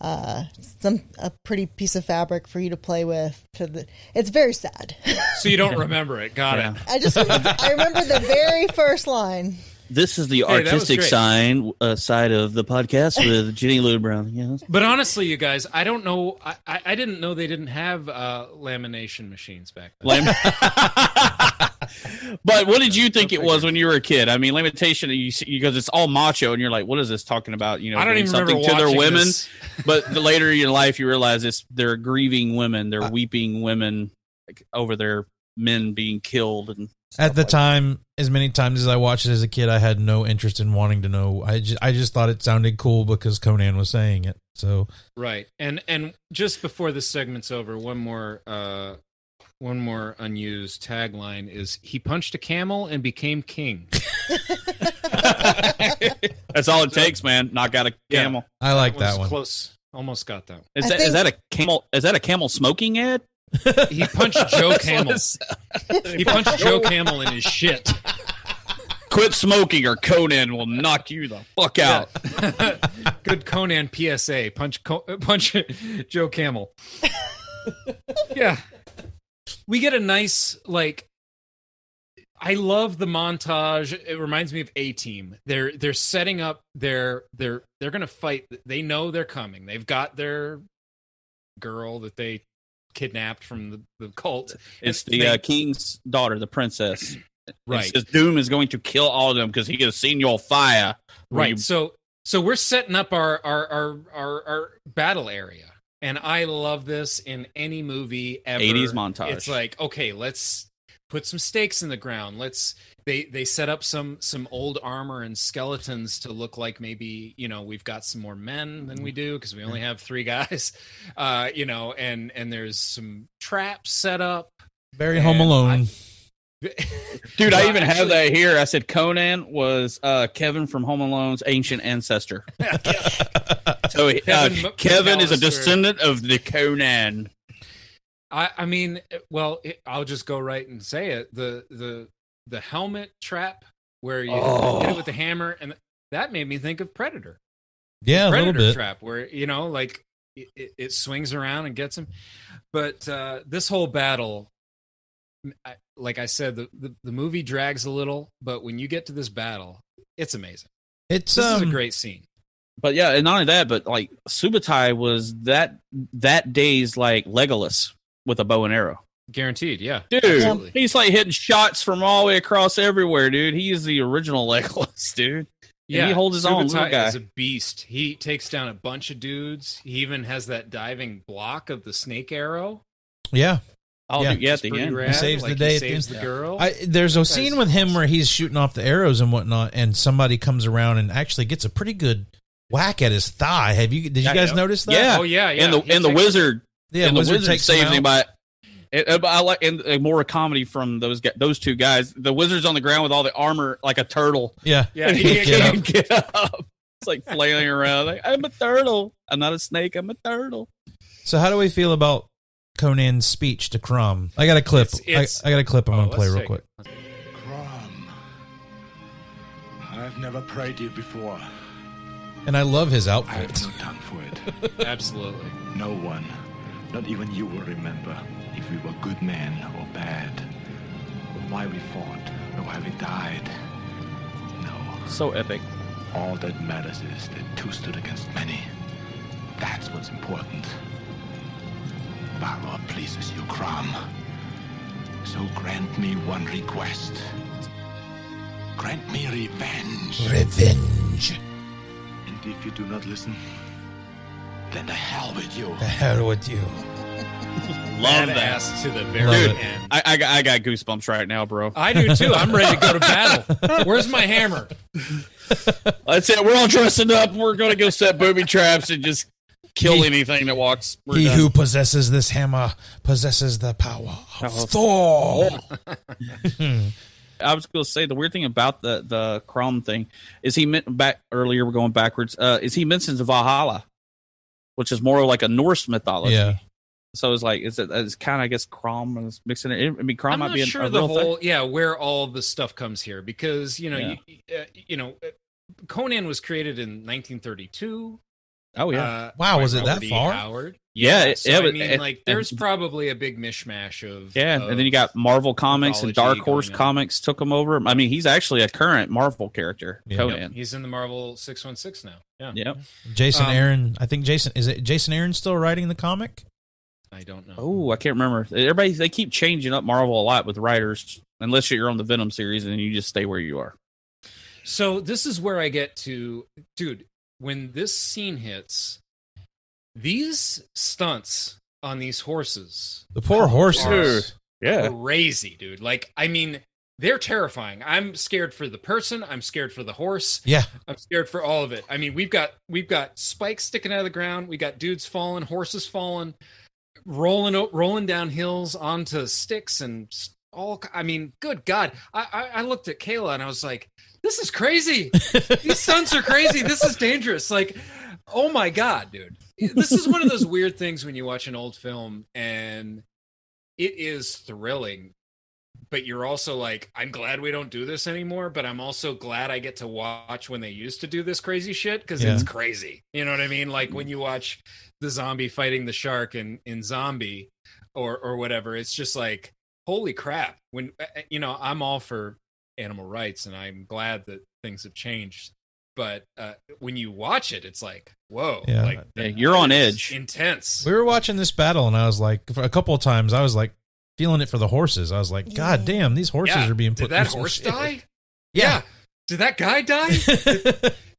uh, some a pretty piece of fabric for you to play with. To the, it's very sad.
So you don't remember it. Got
Yeah.
it.
I just remember, I remember the very first line.
this is the
that was
artistic
great.
sign uh, side of the podcast with Jenny Lou Brown. Yeah,
But honestly, you guys, I don't know. I, I, I didn't know they didn't have uh, lamination machines back then.
Lam- but what did you think it was when you were a kid? I mean, lamentation you see, because it's all macho, and you're like, "What is this talking about?" You know,
I don't
doing
even
something
remember
to their
watching
women.
this.
But the later in your life, you realize it's they're grieving women,
Uh,
they're weeping women like, over their men being killed, and
At the time, as many times as I watched it as a kid, I had no interest in wanting to know. I just, I just thought it sounded cool because Conan was saying it. So
Right. And and just before this segment's over, one more uh one more unused tagline is he punched a camel and became king.
that's all it takes, man. Knock out a
Yeah.
camel.
I like that
was
one.
Close. Almost got that.
Is
I
that is
think-
that a camel? Is that a camel smoking ad?
he punched Joe Camel. He punched Joe Camel in his shit.
Quit smoking or Conan will knock you the fuck out.
Good Conan PSA. Punch Co- uh, punch Joe Camel. yeah. We get a nice like I love the montage. It reminds me of A Team. They're they're setting up their they're they're gonna fight. They know they're coming. They've got their girl that they kidnapped from the, the cult.
It's
And
the
they-
uh, king's daughter, the princess. It
Right.
says Doom is going to kill all of them because he has seen your fire. When
right
you-
so so we're setting up our our our our, our battle area and i love this in any movie ever
80s montage.
it's like okay let's put some stakes in the ground let's they they set up some some old armor and skeletons to look like maybe you know we've got some more men than we
Mm-hmm.
do because we only have three guys uh you know and and there's some traps set up
Very
And
Home Alone.
Dude, I
Well,
even have
actually-
that here. I said Conan was uh, Kevin from Home Alone's ancient ancestor. so uh,
Kevin
Kevin,
M-
is a
McAllister.
descendant of the Conan.
I, I mean, eh, well, it, I'll just go right and say it. The the the helmet trap where you hit it with the
Oh.
hammer, and that made me think of Predator.
Yeah, a little
Predator
bit.
trap where you know, like it, it, it swings around and gets him. But uh, this whole battle, I, like I said, the, the the movie drags a little, but when you get to this battle, it's amazing.
It's
This
um,
is a great scene.
But yeah, and not only that, but like Subutai was that that day's like Legolas with a bow and arrow.
Guaranteed, yeah.
Dude,
Absolutely.
he's like hitting shots from all the way across everywhere, dude. He is the original Legolas, dude. And he holds his own, little
Subotai
guy.
is a beast. He takes down a bunch of dudes. He even has that diving block of the snake arrow.
yeah.
Oh,
Yeah.
dude, yeah, at the
Pretty
end.
rad.
saves the
Like,
day
He
at the
saves
end.
the girl.
I, there's a
That guy's
scene with him where he's shooting off the arrows and whatnot, and somebody comes around and actually gets a pretty good whack at his thigh. Have you? Did you
Yeah,
guys
yeah.
notice that?
Yeah.
oh yeah, yeah.
and the
He
and the
takes-
wizard
yeah.
and the
Wizard
wizard,
takes him
saves
out.
him by. It, uh, but I like and, uh, more comedy from those guys, those two guys. The wizard's on the ground with all the armor like a turtle.
Yeah.
Yeah,
And
he
he
can't get
can't
up.
get up. It's like flailing around. Like, I'm a turtle. I'm not a snake. I'm a turtle.
So how do we feel about Conan's speech to Crom? I got a clip.
It's- it's-
I, I got a clip. I'm
Oh,
gonna
let's
play real
take
quick.
it.
Crom, I've never prayed you before.
And I love his
I have
outfit.
no time for it.
Absolutely.
No one, not even you, will remember if we were good men or bad, or why we fought, or why we died. No,
So epic.
all that matters is that two stood against many. That's what's important. Balor pleases you, Crom. So grant me one request. Grant me revenge.
Revenge.
And if you do not listen, then the hell with you.
The hell with you.
Love that.
Badass to the very
Love it.
end.
I, I got I got goosebumps right now, bro.
Uh,
I do too. I'm ready to go to battle. Where's my hammer?
That's it. We're all dressing up. We're gonna go set booby traps and just kill
He-
anything that walks. We're
he
done.
who possesses this hammer possesses the power of
Power.
Thor.
I was going to say the weird thing about the the Crom thing is he meant back earlier. We're going backwards. Uh, is he mentions Valhalla, which is more like a Norse mythology.
Yeah.
So it's like it's, it's kind of I guess Crom is mixing it. I mean, Crom
I'm
might
not
be an,
sure
a
the
real thing.
whole yeah where all the stuff comes here because you know
Yeah.
you, uh, you know uh, Conan was created in 1932.
Oh yeah,
Uh,
Wow,
by
was it that
Robert E.
far?
Howard.
yeah,
So,
yeah,
I
but-
mean,
and-
like, there's
and-
probably a big mishmash of
yeah,
of-
and then you got Marvel Comics and Dark
mythology
Horse
going on.
Comics took him over. I mean, he's actually a current Marvel character,
Yeah.
Yep,
Conan.
he's in the Marvel six one six now. Yeah,
Yep.
Jason
Um,
Aaron. I think Jason is it Jason Aaron still writing the comic?
I don't know.
Oh, I can't remember. Everybody they keep changing up Marvel a lot with writers, unless you're on the Venom series and you just stay where you are.
So this is where I get to, dude. When this scene hits, these stunts on these horses
The poor horses.
Dude.
are
Yeah,
crazy, dude. Like, I mean, they're terrifying. I'm scared for the person. I'm scared for the horse.
Yeah.
I'm scared for all of it. I mean, we've got we've got spikes sticking out of the ground. We got dudes falling, horses falling, rolling o- rolling down hills onto sticks and s- all. ki- I mean, good God! I, I I looked at Kayla and I was like, this is crazy. These stunts are crazy. This is dangerous. Like, oh my God, dude. This is one of those weird things when you watch an old film and it is thrilling, but you're also like, I'm glad we don't do this anymore, but I'm also glad I get to watch when they used to do this crazy shit because
Yeah.
it's crazy. You know what I mean? Like when you watch the zombie fighting the shark in, in Zombie or or whatever, it's just like, holy crap. When uh, uh, you know, I'm all for animal rights and I'm glad that things have changed. But uh, when you watch it, it's like, whoa,
Yeah.
like
Yeah, you're on edge.
intense.
We were watching this battle, and I was like, for a couple of times, I was like feeling it for the horses. I was like, God
Yeah.
damn, these horses
Yeah.
are being put.
Did that
through some
horse
shit."
die?
Yeah.
Did that guy die?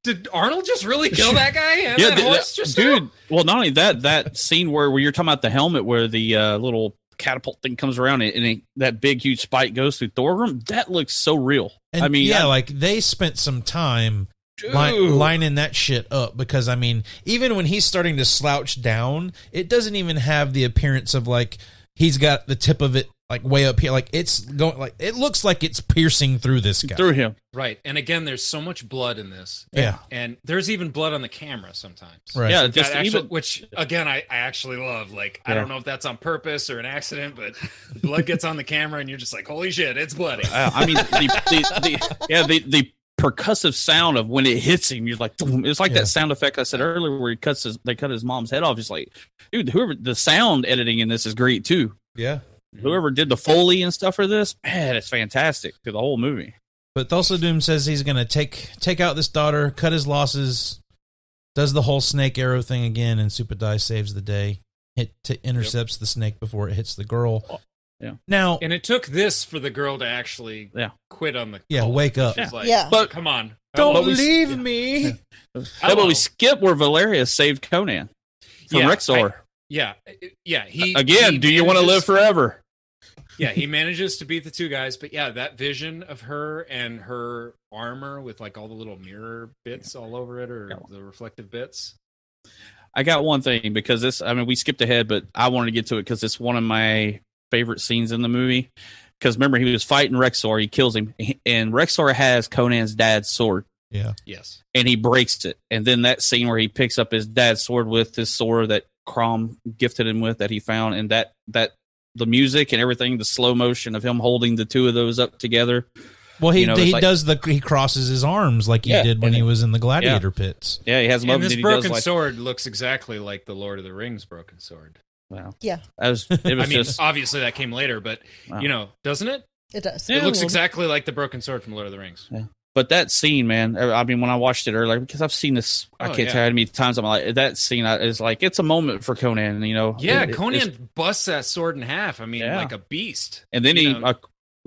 Did Arnold just really kill that guy? And that
the-
horse
the-
just
dude. Well, not only that, that scene where, where you're talking about the helmet, where the uh, little catapult thing comes around and, and it, that big huge spike goes through Thorgrim. That looks so real.
And
I mean,
yeah,
I-
like they spent some time
Dude.
li- lining that shit up because I mean, even when he's starting to slouch down, it doesn't even have the appearance of like he's got the tip of it like way up here. Like it's going like it looks like it's piercing through this guy.
through him.
right. And again, there's so much blood in this.
Yeah.
And there's even blood on the camera sometimes.
Right.
Yeah,
That
just
actual-
even
which again I, I actually love. Like I
Yeah.
don't know if that's on purpose or an accident, but blood gets on the camera and you're just like, holy shit, it's bloody.
Uh, I mean, the, the, the yeah, the the percussive sound of when it hits him, you're like, "Boom." it's like
Yeah.
that sound effect I said earlier where he cuts his, they cut his mom's head off. It's like, dude, whoever the sound editing in this is great too.
Yeah.
Whoever did the foley and stuff for this, man, it's fantastic to the whole movie.
But Thulsa Doom says he's gonna take take out this daughter, cut his losses, does the whole snake arrow thing again, and Super Die saves the day. Hit t- intercepts the snake before it hits the girl.
Yeah.
Now,
And it took this for the girl to actually
Yeah.
quit on the
Yeah,
cult.
wake up.
She's like,
Yeah.
But-
come on.
don't
Hello.
leave me.
How about
Hello.
we skip where Valeria saved Conan from
Yeah,
Rexor?
Yeah, yeah. He
Again,
he
do you want to live
manages-
forever?
yeah, he manages to beat the two guys, but yeah, that vision of her and her armor with like all the little mirror bits all over it or the reflective bits.
I got one thing because this, I mean, we skipped ahead, but I wanted to get to it because it's one of my favorite scenes in the movie. Because remember, he was fighting Rexor, he kills him, and Rexor has Conan's dad's sword
Yeah.
Yes.
and he breaks it. And then that scene where he picks up his dad's sword with this sword that Crom gifted him with that he found, and that, that, the music and everything, the slow motion of him holding the two of those up together.
Well, he
You know,
he
it's like-
does the he crosses his arms like he
Yeah,
did when
and
he
it-
was in the gladiator pits.
Yeah, he has them up
And this
then he does,
broken
like-
sword looks exactly like the Lord of the Rings broken sword.
Wow.
Yeah.
That was, it was
I mean,
just,
obviously that came later, but
Wow.
you know, doesn't it?
It does.
It
Yeah,
looks
well-
exactly like the broken sword from Lord of the Rings.
but that scene, man, I I mean, when I watched it earlier, because I've seen this, I
Oh,
can't
yeah.
tell you how many times I'm like, that scene I- is like, it's a moment for Conan, you know?
Yeah,
It- it- it's-
Conan busts that sword in half. I mean,
Yeah.
like a beast.
and then
you
he,
know.
uh,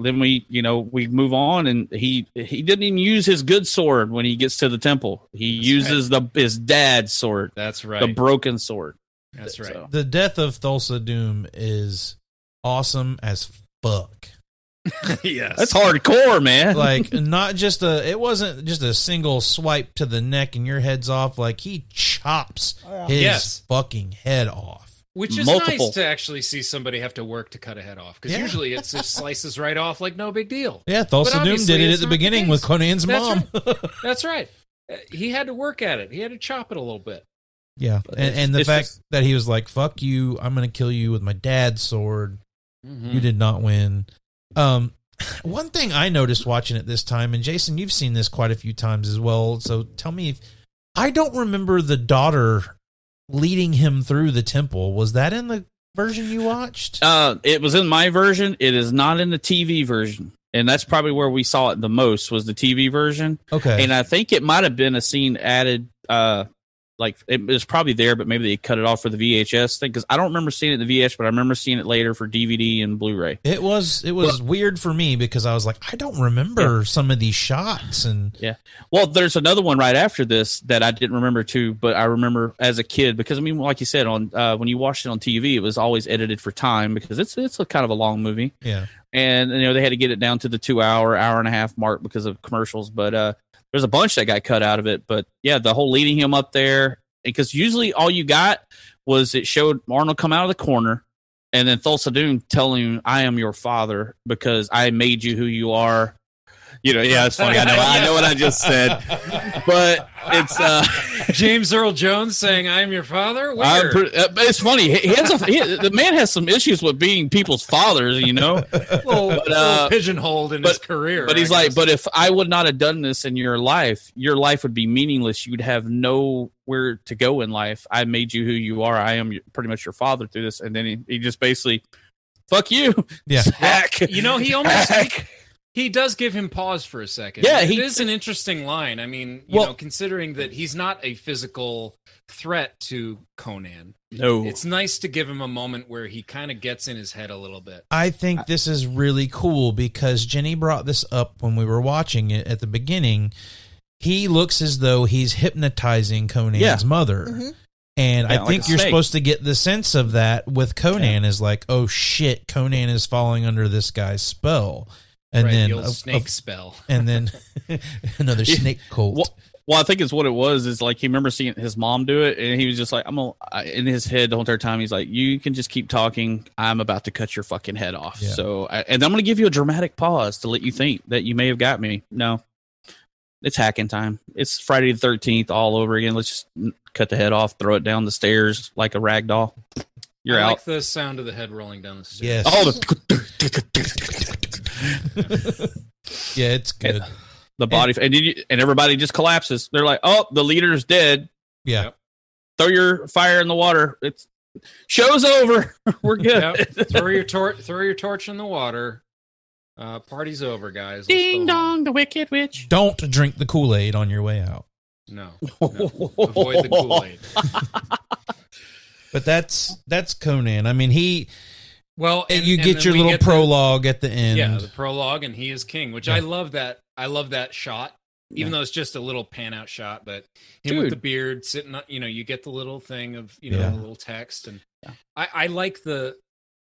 then we, you know, we move on and he, he didn't even use his good sword when he gets to the temple. He uses the, his dad's sword,
That's
the
right.
broken sword.
That's right.
So,
The death of Thulsa Doom is awesome as fuck.
yes.
that's hardcore, man.
Like not just a it wasn't just a single swipe to the neck and your head's off. Like he chops his
Yes.
fucking head off.
Which is
Multiple.
nice to actually see somebody have to work to cut a head off because
Yeah.
usually it's just slices right off like no big deal.
Yeah,
But
Thulsa Doom
obviously
did it
it's
at the
not the
beginning with
case.
Conan's
That's
mom.
That's right. Uh, He had to work at it. He had to chop it a little bit.
yeah,
But
and,
it's-
and the
it's
fact
just-
that he was like, "Fuck you, I'm gonna kill you with my dad's sword."
Mm-hmm.
You did not win. Um, one thing I noticed watching it this time, and Jason, you've seen this quite a few times as well. So tell me, if, I don't remember the daughter leading him through the temple. Was that in the version you watched?
Uh, it was in my version. It is not in the TV version, and that's probably where we saw it the most was the TV version.
Okay,
And I think it might have been a scene added. Uh, like it was probably there, but maybe they cut it off for the VHS thing because I don't remember seeing it in the VHS, but I remember seeing it later for DVD and Blu-ray.
it was it was weird for me because I was like, I don't remember some of these shots, and
Well, there's another one right after this that I didn't remember too, but I remember as a kid because I mean, like you said, on uh, when you watched it on TV, it was always edited for time because it's it's a kind of a long movie.
yeah,
and you know they had to get it down to the two hour hour and a half mark because of commercials but uh there's a bunch that got cut out of it but yeah the whole leading him up there because usually all you got was it showed arnold come out of the corner and then thulsa doom telling him i am your father because i made you who you are you know, yeah, it's funny. I know, I know what I just said, but it's uh,
James Earl Jones saying, "I'm your father." Where?
I'm pre- uh, but it's funny. He, he has a, he, the man has some issues with being people's fathers, you know.
Little-
but,
little
uh,
pigeonholed in his career.
But
I
he's like,
guess.
but if I would not have done this in your life, your life would be meaningless. You'd have nowhere to go in life. I made you who you are. I am your- pretty much your father through this. And then he, he just basically, fuck you,
Yeah.
Zach.
you know, he almost he, he does give him pause for a second.
Yeah,
it
he-
is an interesting line. I mean, you
Well-
know, considering that he's not a physical threat to Conan,
No,
it's nice to give him a moment where he kind of gets in his head a little bit.
I think this is really cool because Jenny brought this up when we were watching it at the beginning. He looks as though he's hypnotizing Conan's
Yeah.
mother.
Mhm.
And
Yeah,
I
like
think
a
you're
snake.
supposed to get the sense of that with Conan is like, oh shit, Conan is falling under this guy's spell. And
right,
then
the old
of- of-
snake spell.
and then another
Yeah.
snake cult.
Well, well, I think it's what it was. Is like he remember seeing his mom do it, and he was just like, "I'm gonna." I- In his head, the whole entire time, he's like, "You can just keep talking. I'm about to cut your fucking head off."
Yeah.
So, I, and I'm gonna give you a dramatic pause to let you think that you may have got me. No, it's hacking time. It's Friday the Thirteenth all over again. Let's just n- cut the head off, throw it down the stairs like a rag doll. You're
I
out.
like the sound of the head rolling down the
yes.
stairs.
All the
yeah, it's good.
the body and you, and everybody just collapses. They're like, "Oh, the leader's dead."
Yeah.
throw your fire in the water. It's show's over. We're good.
Yep. throw your tor- throw your torch in the water. Uh, party's over, guys. Let's go home.
Ding dong, the wicked witch.
Don't drink the Kool Aid on your way out.
No, no. avoid the Kool Aid.
But that's that's Conan. I mean, he
Well, and,
you
and
get
then
your
we
little
get the-
prologue at the end.
yeah, the prologue, and he is king, which I love that. I love that shot, even though it's just a little pan out shot. But him with
Dude.
the beard sitting, on, you know, you get the little thing of you know
Yeah.
the little text, and I, I like the.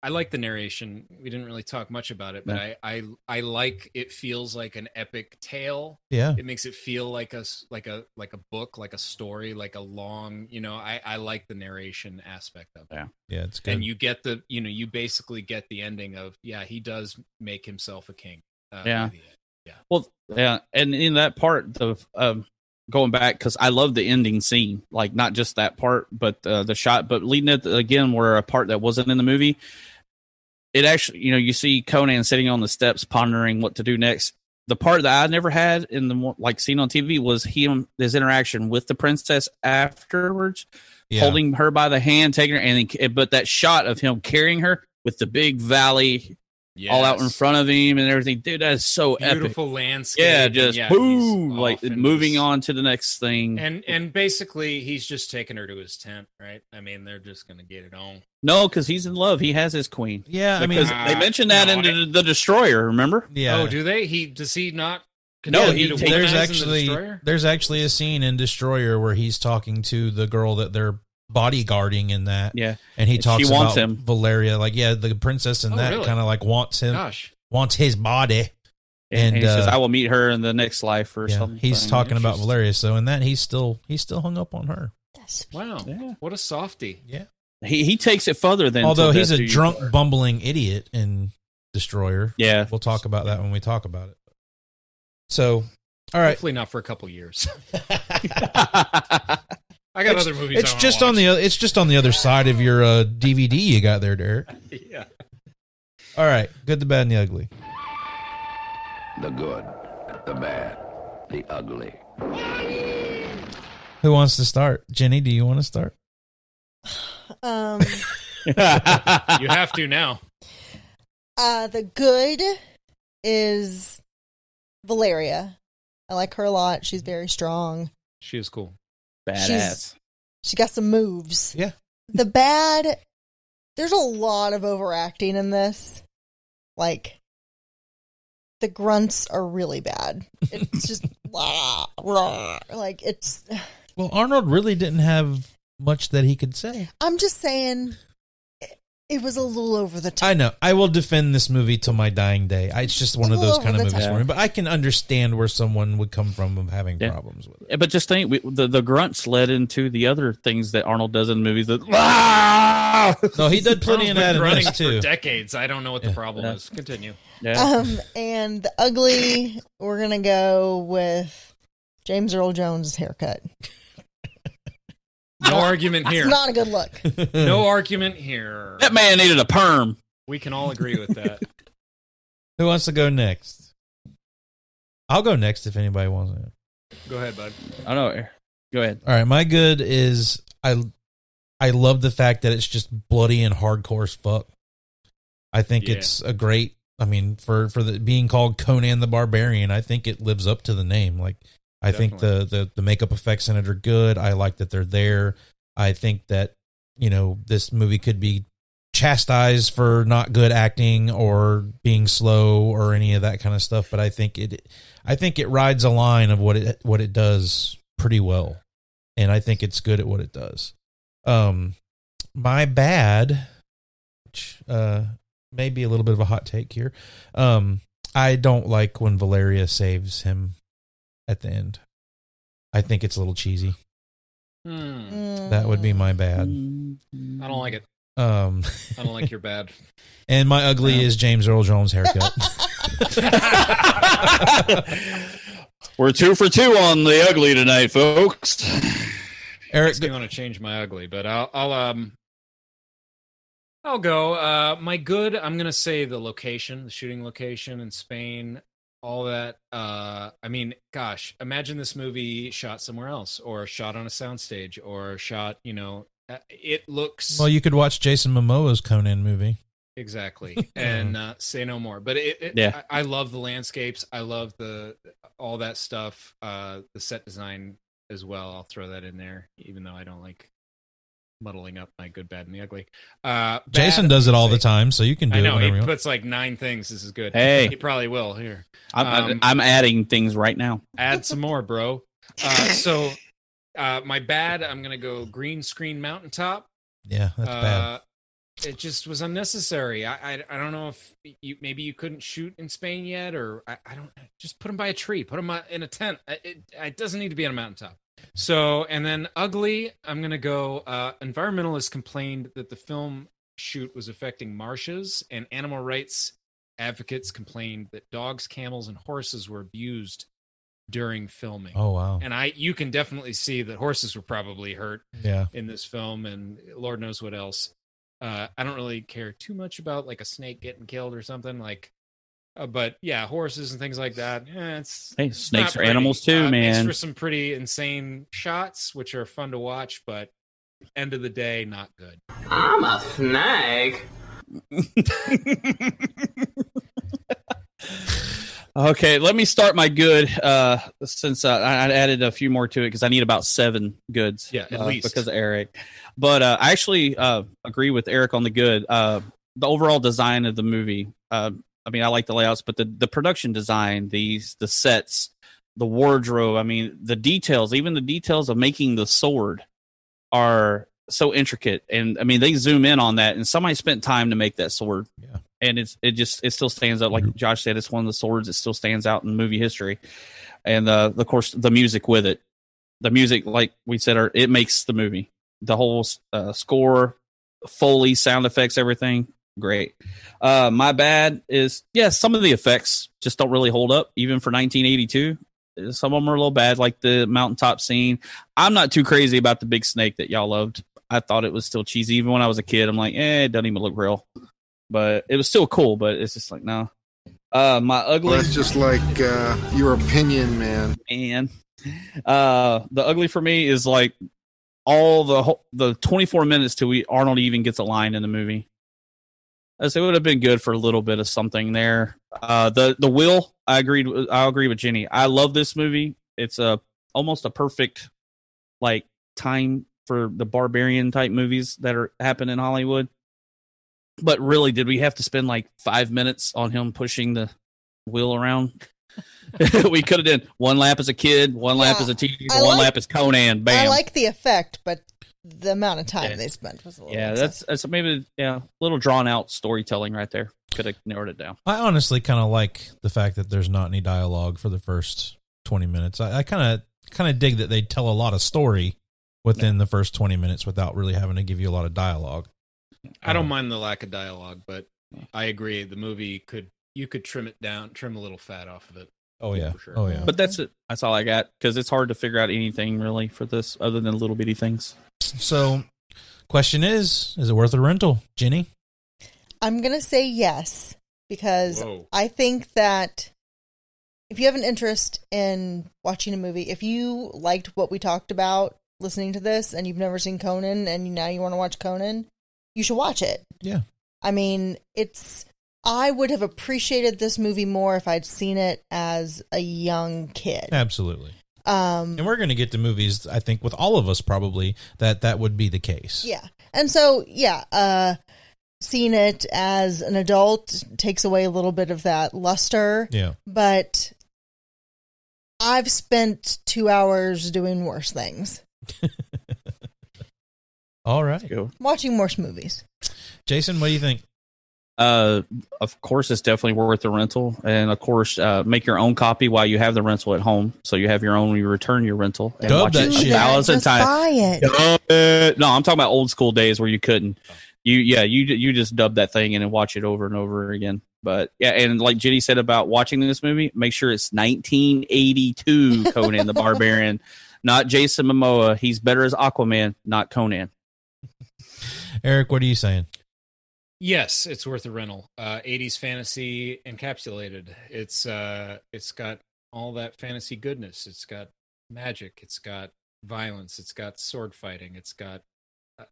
I like the narration. We didn't really talk much about it, but I, I I like it feels like an epic tale
yeah.
it makes it feel like a s- like a like a book like a story like a long you know i i like the narration aspect of it
Yeah, it's good.
and you get the you know you basically get the ending of yeah he does make himself a king uh, by
Yeah.
the end.
Well, yeah, and in that part, the um, going back because I love the ending scene, like not just that part, but uh, the shot, but leading it again, where a part that wasn't in the movie. It actually, you know, you see Conan sitting on the steps pondering what to do next. The part that I never had in the mo- like seen on TV was him his interaction with the princess afterwards.
yeah.
holding her by the hand, taking her, and then, eh, but that shot of him carrying her with the big valley all out in
Yes.
front of him and everything, dude, that is so epic.
beautiful landscape
Yeah,
and
just
yeah, he's
boom,
off
like
in
moving
this-
on to the next thing.
and and basically he's just taking her to his tent right i mean they're just gonna get it on
no, because he's in love. He has his queen.
yeah, I mean,
Because they mentioned that
uh, no,
in
I-
the, the Destroyer. Remember?
yeah.
oh do they he does he not
No,
continue
he-
to
there's
there's
weaponize in the
actually
Destroyer?
there's actually a scene in Destroyer where he's talking to the girl that they're bodyguarding in that,
Yeah.
and he
And
talks
she wants
about
him.
Valeria, like yeah, the princess in
Oh,
that
really?
kind of like wants him,
gosh
wants his body.
And,
And,
he says,
uh,
"I will meet her in the next life or
Yeah,
something."
he's talking about
Interesting.
Valeria. So in that, he's still he's still hung up on her.
That's
wow
Yeah.
what a softie
He he takes it further than
Although
to
he's
that,
a
dude.
drunk, bumbling idiot in Destroyer.
Yeah.
We'll talk about that when we talk about it. So, all right.
Hopefully not for a couple years.
yeah,
I got
It's-
other movies.
It's just on the it's just on the other side of your uh, DVD you got there, Derek.
the. Yeah.
All right, good, the bad, and the ugly.
The good, the bad, the ugly.
Who wants to start? Jenny, do you want to start?
Um,
You have to now.
uh, the good is Valeria. I like her a lot. She's very strong.
She is cool.
badass.
She got some moves.
Yeah.
The bad, there's a lot of overacting in this. Like, the grunts are really bad. It's just, rah, rah. like, it's,
Well, Arnold really didn't have much that he could say.
I'm just saying, it, it was a little over the top.
I know. I will defend this movie till my dying day. I, it's just one of those
Over
kind of
the
movies
top.
for me. But I can understand where someone would come from of having
Yeah.
problems with it.
Yeah, Eh, But just think, we, the the grunts led into the other things that Arnold does in movies. That ah!
No, he did plenty of
Arnold's
that
been
in
running
this too.
for decades. I don't know what the problem is. Continue.
Yeah.
Um, and the ugly, we're gonna go with James Earl Jones' haircut.
No argument here.
It's not a good look.
no argument here.
That man needed a perm.
We can all agree with that.
Who wants to go next? I'll go next if anybody wants it.
Go ahead, bud.
I know. Go ahead.
All right, my good is I I love the fact that it's just bloody and hardcore as fuck. I think
Yeah.
it's a great I mean for for the being called Conan the Barbarian, I think it lives up to the name. Like I think the, the the makeup effects in it are good. I like that they're there. I think that you know this movie could be chastised for not good acting or being slow or any of that kind of stuff, but I think it I think it rides a line of what it what it does pretty well. And I think it's good at what it does. Um my bad which uh may be a little bit of a hot take here. Um I don't like when Valeria saves him at the end. I think it's a little cheesy.
Hmm.
Mm.
That would be my bad.
I don't like it.
Um
I don't like your bad.
and my ugly is James Earl Jones haircut.
We're two for two on the ugly tonight, folks.
Eric
I want to change my ugly, but I'll, I'll um, I'll go. Uh, my good. I'm gonna say the location, the shooting location in Spain, all that. Uh, I mean, gosh, imagine this movie shot somewhere else, or shot on a soundstage, or shot. You know, uh, it looks
Well, you could watch Jason Momoa's Conan movie.
exactly, and uh, say no more. But it, it
Yeah.
I, I love the landscapes. I love the all that stuff. Uh, the set design as well. I'll throw that in there, even though I don't like muddling up my good, bad, and the ugly. Uh, bad,
Jason does it all the time, so you can do
I
it
know
whenever
he
you want.
puts like nine things. This is good.
Hey.
he probably will. Here,
I'm,
Um,
I'm adding things right now.
add some more, bro. Uh, so, uh, my bad. I'm gonna go green screen mountaintop.
yeah, that's bad.
Uh, It just was unnecessary. I, I I don't know if you maybe you couldn't shoot in Spain yet, or I, I don't. Just put them by a tree. Put them in a tent. I- It, it doesn't need to be on a mountaintop. So and then ugly. I'm gonna go. Uh, environmentalists complained that the film shoot was affecting marshes, and animal rights advocates complained that dogs, camels, and horses were abused during filming.
Oh wow.
And I, you can definitely see that horses were probably hurt
Yeah.
in this film and lord knows what else uh i don't really care too much about like a snake getting killed or something like uh, but yeah horses and things like that eh, it's
Hey,
it's
snakes
not
are animals too,
Uh, makes
man.
for some pretty insane shots which are fun to watch but end of the day not good
I'm a snag.
Okay, let me start my good. Uh, since uh, I I added a few more to it because I need about seven goods.
Yeah, at
uh,
least.
because of Eric. But uh, I actually uh, agree with Eric on the good. Uh, the overall design of the movie. Uh, I mean, I like the layouts, but the the production design, these the sets, the wardrobe. I mean, the details, even the details of making the sword, are so intricate. And I mean, they zoom in on that, and somebody spent time to make that sword and it's it just it still stands out. Like Josh said, it's one of the swords that still stands out in movie history, and uh, of course the music with it. The music, like we said, are, it makes the movie. The whole uh, score, foley, sound effects, everything great. Uh, my bad is yeah, some of the effects just don't really hold up, even for 1982. Some of them are a little bad, like the mountaintop scene. I'm not too crazy about the big snake that y'all loved. I thought it was still cheesy, even when I was a kid. I'm like, eh, it doesn't even look real but it was still cool. But it's just like no, uh, my ugly
just like uh, your opinion, man.
man. Uh, the ugly for me is like all the whole, the 24 minutes till we Arnold even gets a line in the movie. I say it would have been good for a little bit of something there. Uh, the the will I agreed. with- I agree with Jenny. I love this movie. It's a almost a perfect like time for the barbarian type movies that are happen in Hollywood. But really, did we have to spend like five minutes on him pushing the wheel around? we could have done one lap as a kid, one lap
Yeah,
as a teenager,
I
one
like-
lap as Conan. Bam.
I like the effect, but the amount of time they spent was a little.
yeah,
excessive.
that's that's maybe yeah, a little drawn out storytelling right there. Could have narrowed it down.
I honestly kind of like the fact that there's not any dialogue for the first 20 minutes. I kind of kind of dig that they tell a lot of story within the first 20 minutes without really having to give you a lot of dialogue.
Uh-huh.
i don't mind the lack of dialogue but i agree the movie could you could trim it down, trim a little fat off of it.
Oh yeah. Oh yeah.
But that's it. That's all I got because it's hard to figure out anything really for this other than little bitty things.
So, question is, is it worth a rental, Jenny?
I'm going to say yes because
Whoa.
I think that if you have an interest in watching a movie, if you liked what we talked about listening to this and you've never seen Conan and now you want to watch Conan, you should watch it.
Yeah.
I mean, it's I would have appreciated this movie more if I'd seen it as a young kid.
Absolutely.
Um
And we're going to get to movies. I think with all of us probably that that would be the case.
Yeah. And so, yeah, uh seeing it as an adult takes away a little bit of that luster.
Yeah.
But I've spent 2 hours doing worse things.
All right.
Watching worse movies.
Jason, what do you think?
Uh, of course, it's definitely worth the rental, and of course, uh, make your own copy while you have the rental at home, so you have your own. when You return your rental and
Dub
watch
that
it
shit.
a thousand
Just
times.
Buy it.
Dub it. No, I'm talking about old school days where you couldn't. You yeah, you you just dub that thing and then watch it over and over again. But yeah, and like Jenny said about watching this movie, make sure it's 1982 Conan the Barbarian, not Jason Momoa. He's better as Aquaman, not Conan.
Eric, what are you saying?
Yes, it's worth a rental. Uh, 80s fantasy encapsulated. It's uh, it's got all that fantasy goodness. It's got magic. It's got violence. It's got sword fighting. It's got uh,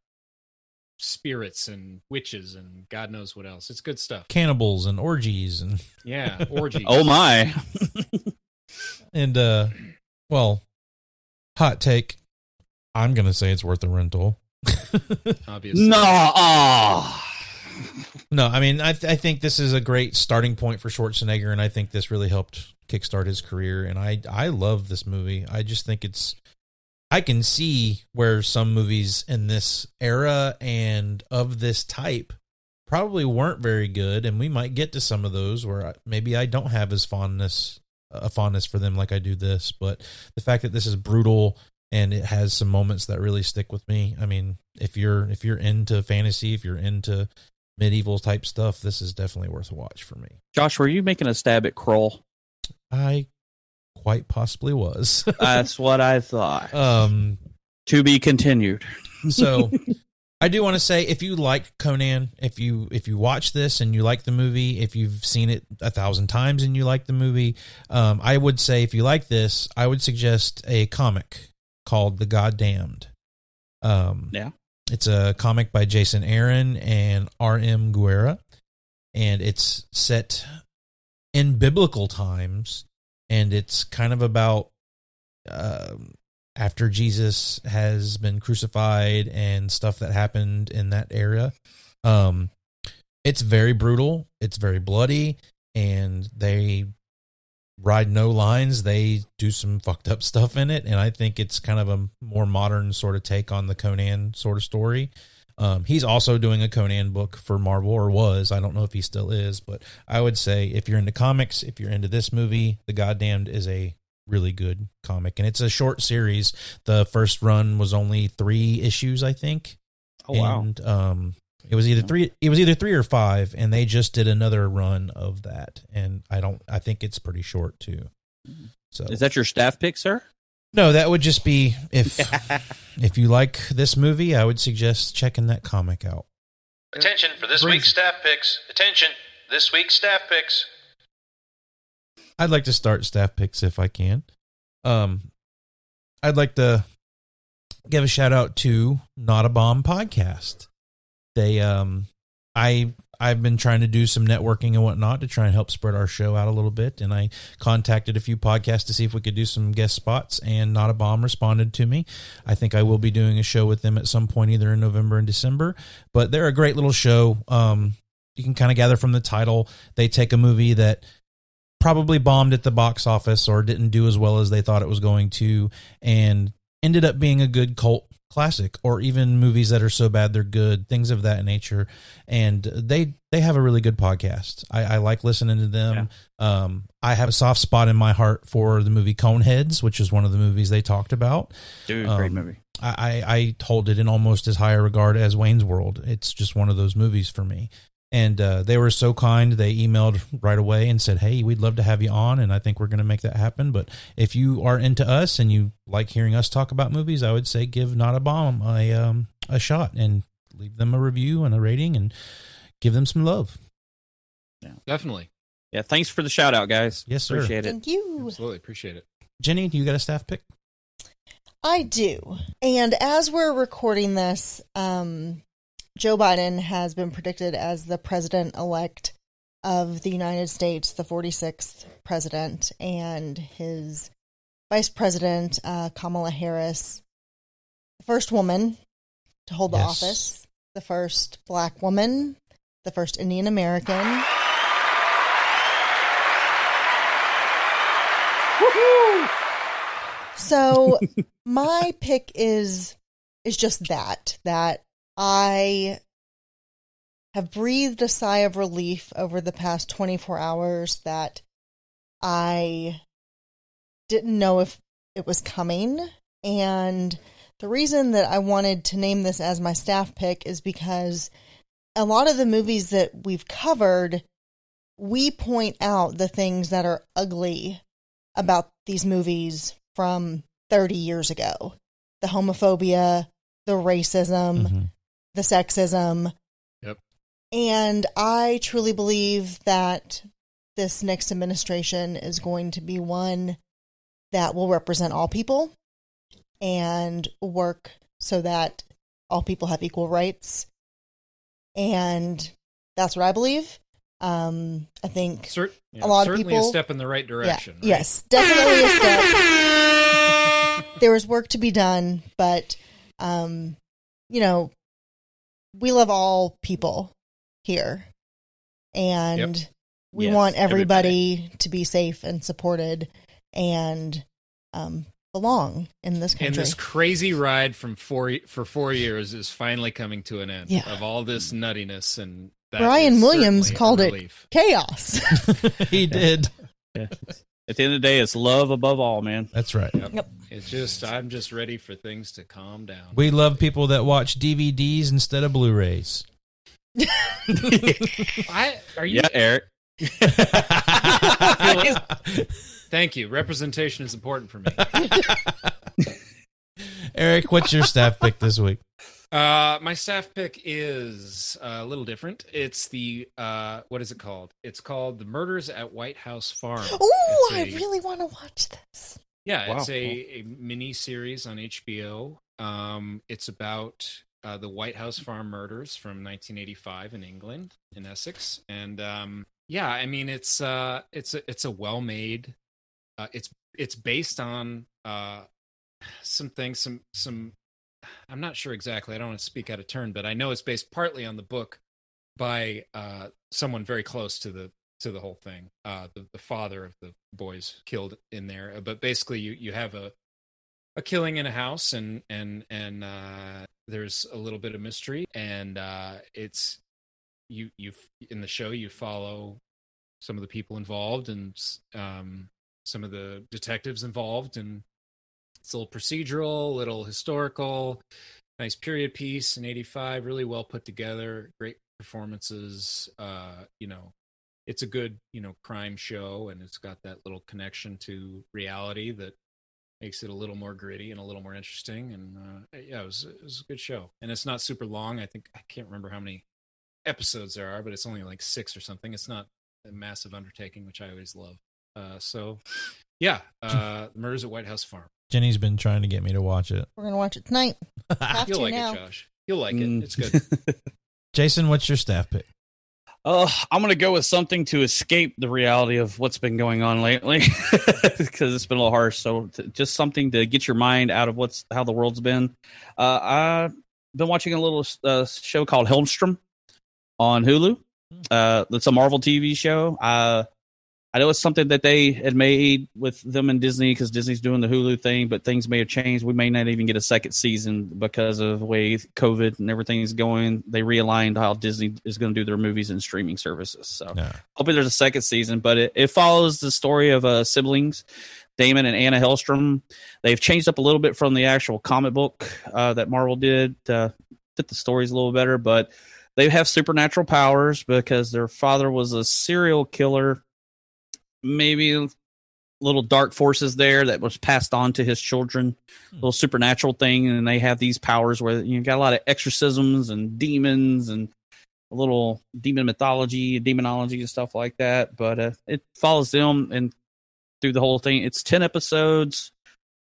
spirits and witches and God knows what else. It's good stuff.
Cannibals and orgies and
Yeah, orgies.
Oh my.
and uh well, hot take. I'm going to say it's worth the rental.
Obviously.
No, I mean, I, th- I think this is a great starting point for Schwarzenegger, and I think this really helped kickstart his career. And I, I love this movie. I just think it's, I can see where some movies in this era and of this type probably weren't very good, and we might get to some of those where I, maybe I don't have as fondness a fondness for them like I do this. But the fact that this is brutal and it has some moments that really stick with me. I mean, if you're if you're into fantasy, if you're into medieval type stuff, this is definitely worth a watch for me.
Josh, were you making a stab at Kroll?
I quite possibly was.
That's what I thought.
Um,
to be continued.
so I do want to say if you like Conan, if you if you watch this and you like the movie, if you've seen it a thousand times and you like the movie, um, I would say if you like this, I would suggest a comic called The Goddamned. Um,
yeah,
it's a comic by Jason Aaron and R. M. Guerra, and it's set in biblical times, and it's kind of about um, after Jesus has been crucified and stuff that happened in that area. Um, it's very brutal. It's very bloody, and they ride no lines. They do some fucked up stuff in it, and I think it's kind of a more modern sort of take on the Conan sort of story. Um, he's also doing a Conan book for Marvel, or was. I don't know if he still is, but I would say if you're into comics, if you're into this movie, The Goddamned is a really good comic, and it's a short series. The first run was only three issues, I think.
Oh, wow.
And, um, it was either three. It was either three or five, and they just did another run of that. And I don't. I think it's pretty short too. So
Is that your staff pick, sir?
no, that would just be if if you like this movie, I would suggest checking that comic out.
Attention for this week's staff picks. Attention, this week's staff picks.
I'd like to start staff picks if I can. Um, I'd like to give a shout out to Not a Bomb Podcast. They, um, I, I've been trying to do some networking and whatnot to try and help spread our show out a little bit. And I contacted a few podcasts to see if we could do some guest spots, and Not a Bomb responded to me. I think I will be doing a show with them at some point, either in November and December. But they're a great little show. Um, you can kind of gather from the title, they take a movie that probably bombed at the box office or didn't do as well as they thought it was going to and ended up being a good cult classic or even movies that are so bad they're good things of that nature and they they have a really good podcast i, I like listening to them um i have a soft spot in my heart for the movie coneheads which is one of the movies they talked about
Dude,
Um,
great movie.
I, I I hold it in almost as high a regard as Wayne's World. It's just one of those movies for me. And uh, they were so kind. They emailed right away and said, "Hey, we'd love to have you on, and I think we're going to make that happen. But if you are into us and you like hearing us talk about movies, I would say give Not a Bomb a um, a shot and leave them a review and a rating and give them some love.
Definitely.
Yeah. Thanks for the shout out, guys.
Yes, sir.
Appreciate it.
Thank you.
Absolutely appreciate it.
Jenny, you got a staff pick?
I do. And as we're recording this, um, Joe Biden has been predicted as the president elect of the United States, the 46th president, and his vice president, uh, Kamala Harris, the first woman to hold the
Yes.
office, the first black woman, the first Indian American. So my pick is is just that that I have breathed a sigh of relief over the past 24 hours that I didn't know if it was coming and the reason that I wanted to name this as my staff pick is because a lot of the movies that we've covered we point out the things that are ugly about these movies from 30 years ago the homophobia, the
Mm-hmm.
racism, the sexism.
Yep.
And I truly believe that this next administration is going to be one that will represent all people and work so that all people have equal rights. And that's what I believe. Um, I think
Cer-
a lot of
certainly
people
a step in the right direction.
yeah, Yes, definitely a step. there is work to be done, but um, you know, we love all people here, and
Yep.
we
Yes,
want everybody, to be safe and supported and um, belong in this
And
country.
this crazy ride from four for four years is finally coming to an end.
Yeah.
Of all this nuttiness and that
Brian
is
Williams
certainly a
called it
relief.
chaos.
he did.
At the end of the day, it's love above all, man.
That's right.
Yep.
It's just I'm just ready for things to calm down.
We love people that watch DVDs instead of Blu-rays.
I are you
Yeah, Eric.
Thank you. Representation is important for me.
Eric, what's your staff pick this week?
Uh, my staff pick is uh, a little different. It's the uh, what is it called? It's called the Murders at White House Farm.
Oh,
It's
I
a-
really want to watch this.
Yeah,
Wow.
it's a, a mini series on HBO. Um, it's about uh, the White House farm murders from 1985 in England, in Essex, and um, yeah, I mean it's uh, it's a, it's a well made. Uh, it's it's based on uh, some things, some some. I'm not sure exactly. I don't want to speak out of turn, but I know it's based partly on the book by uh, someone very close to the to the whole thing. Uh, the, the father of the boys killed in there, Uh, but basically you you have a a killing in a house, and and and uh, there's a little bit of mystery, and uh, it's you you f- in the show you follow some of the people involved and s- um, some of the detectives involved, and it's a little procedural, little historical, nice period piece in 85, really well put together, great performances. Uh, you know, it's a good, you know, crime show and it's got that little connection to reality that makes it a little more gritty and a little more interesting. And uh, yeah, it was, it was a good show. And it's not super long. I think, I can't remember how many episodes there are, but it's only like six or something. It's not a massive undertaking, which I always love. Uh, so yeah, uh, Murders at White House Farm.
Jenny's been trying to get me to watch it.
We're gonna watch it tonight. Have
You'll
to
like
now.
it, Josh. You'll like
Mm.
it. It's good.
Jason, what's your staff pick?
Uh, I'm going to go with something to escape the reality of what's been going on lately because it's been a little harsh. So, t- just something to get your mind out of what's how the world's been. Uh, I've been watching a little uh, show called Helmstrom on Hulu. Uh, it's a Marvel TV show. Uh, I know it's something that they had made with them and Disney because Disney's doing the Hulu thing, but things may have changed. We may not even get a second season because of the way COVID and everything's going. They realigned how Disney is going to do their movies and streaming services. So hoping there's a second season, but it, it follows the story of uh, siblings, Damon and Anna Hellstrom. They've changed up a little bit from the actual comic book uh, that Marvel did. Uh, fit the stories a little better, but They have supernatural powers because their father was a serial killer. Maybe little dark forces there that was passed on to his children, little supernatural thing, and they have these powers where you got a lot of exorcisms and demons and a little demon mythology, demonology, and stuff like that. But uh, it follows them and through the whole thing. It's ten episodes.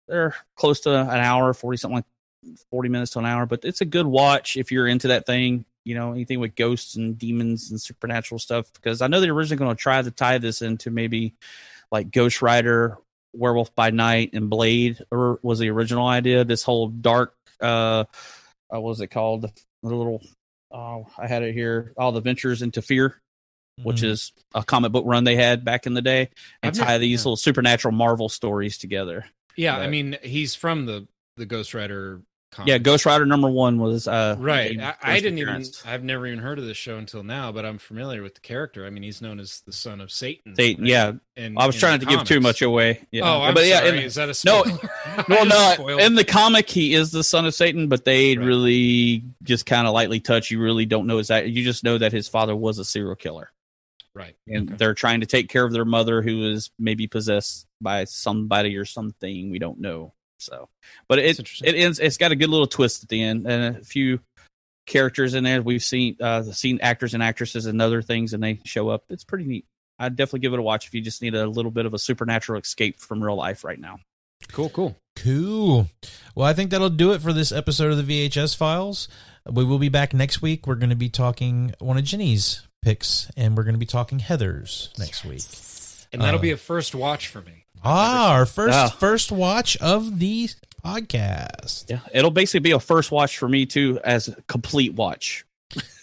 They're close to an hour, forty something like forty minutes to an hour, but it's a good watch if you're into that thing. You know anything with ghosts and demons and supernatural stuff? Because I know they're originally going to try to tie this into maybe like Ghost Rider, Werewolf by Night, and Blade or was the original idea. This whole dark, uh, uh what was it called? The little, oh, I had it here. All the Ventures into Fear, mm-hmm. which is a comic book run they had back in the day, and I've tie not, these yeah. little supernatural Marvel stories together.
Yeah, but, I mean, he's from the the Ghost Rider.
Comic. Yeah, Ghost Rider number one was uh
right. I, I didn't appearance. even. I've never even heard of this show until now, but I'm familiar with the character. I mean, he's known as the son of Satan.
Satan, yeah. And I was trying to comics. give too much away. Yeah.
Oh, I'm
but
yeah, sorry. In, is that a spoiler? no?
well, no. Spoiled. In the comic, he is the son of Satan, but they right. really just kind of lightly touch. You really don't know exactly. You just know that his father was a serial killer.
Right.
And okay. they're trying to take care of their mother, who is maybe possessed by somebody or something. We don't know. So, but it it ends. It's got a good little twist at the end, and a few characters in there. We've seen uh, seen actors and actresses and other things, and they show up. It's pretty neat. I'd definitely give it a watch if you just need a little bit of a supernatural escape from real life right now.
Cool, cool,
Mm, cool. Well, I think that'll do it for this episode of the VHS Files. We will be back next week. We're going to be talking one of Jenny's picks, and we're going to be talking Heather's next week.
And that'll uh, be a first watch for me.
Ah, our first oh. first watch of the podcast.
Yeah, it'll basically be a first watch for me too, as a complete watch.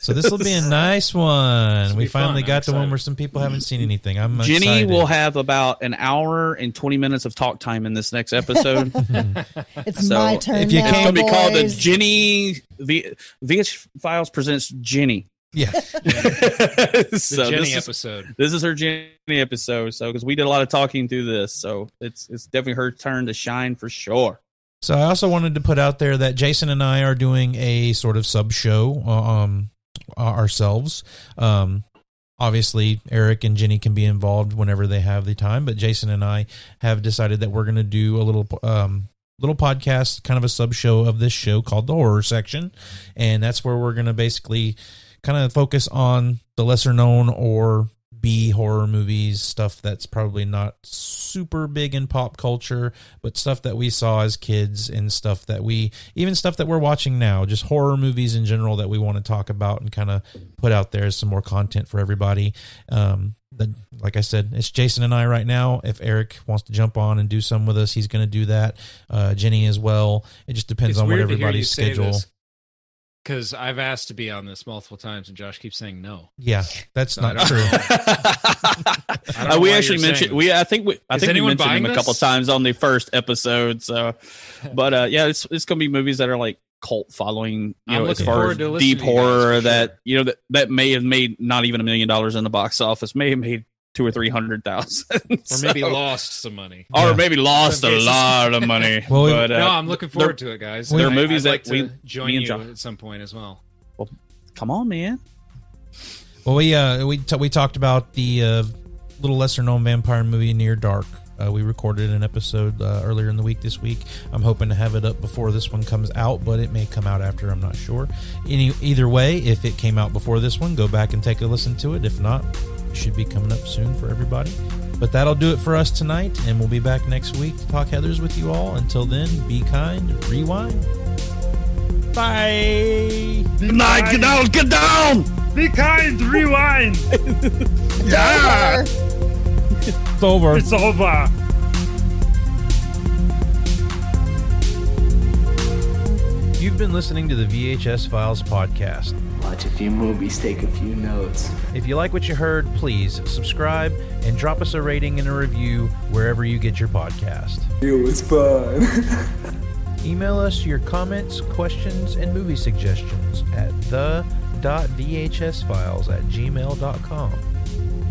So this will be a nice one. We finally fun. got the one where some people haven't seen anything. I'm
Jenny
excited.
will have about an hour and twenty minutes of talk time in this next episode.
it's so my turn. If you now,
it's
gonna boys.
be called the Jenny v- VH Files presents Jenny.
Yeah.
so Jenny this episode.
Is, this is her Jenny episode. So because we did a lot of talking through this, so it's it's definitely her turn to shine for sure.
So I also wanted to put out there that Jason and I are doing a sort of sub show um ourselves. Um obviously Eric and Jenny can be involved whenever they have the time, but Jason and I have decided that we're going to do a little um little podcast kind of a sub show of this show called the horror section and that's where we're going to basically kind of focus on the lesser known or B horror movies, stuff that's probably not super big in pop culture, but stuff that we saw as kids and stuff that we, even stuff that we're watching now, just horror movies in general that we want to talk about and kind of put out there as some more content for everybody. Um, the, like I said, it's Jason and I right now. If Eric wants to jump on and do some with us, he's going to do that. Uh, Jenny as well. It just depends
it's
on what everybody's schedule
because I've asked to be on this multiple times, and Josh keeps saying no.
Yeah, that's so not true.
uh, we actually mentioned we. I think we. I Is think we mentioned him this? a couple times on the first episode. So, but uh, yeah, it's it's gonna be movies that are like cult following. You I'm know, as far as deep horror sure. that you know that that may have made not even a million dollars in the box office, may have made two or three hundred thousand, or
so, maybe lost some money,
or yeah. maybe lost a lot of money.
well, but, uh, no, I'm looking forward to it, guys.
There are movies
I'd
that like
we join you John. at some point as well.
Well, come on, man.
Well, we uh, we t- we talked about the uh, little lesser known vampire movie Near Dark. Uh, we recorded an episode uh, earlier in the week this week. I'm hoping to have it up before this one comes out, but it may come out after. I'm not sure. Any either way, if it came out before this one, go back and take a listen to it. If not, it should be coming up soon for everybody. But that'll do it for us tonight, and we'll be back next week to talk Heather's with you all. Until then, be kind, rewind.
Bye.
Good night. Get down. Get down.
Be kind. Rewind.
yeah. It's over.
It's over.
You've been listening to the VHS Files podcast.
Watch a few movies, take a few notes.
If you like what you heard, please subscribe and drop us a rating and a review wherever you get your podcast.
It was fun.
Email us your comments, questions, and movie suggestions at the.vhsfiles at gmail.com.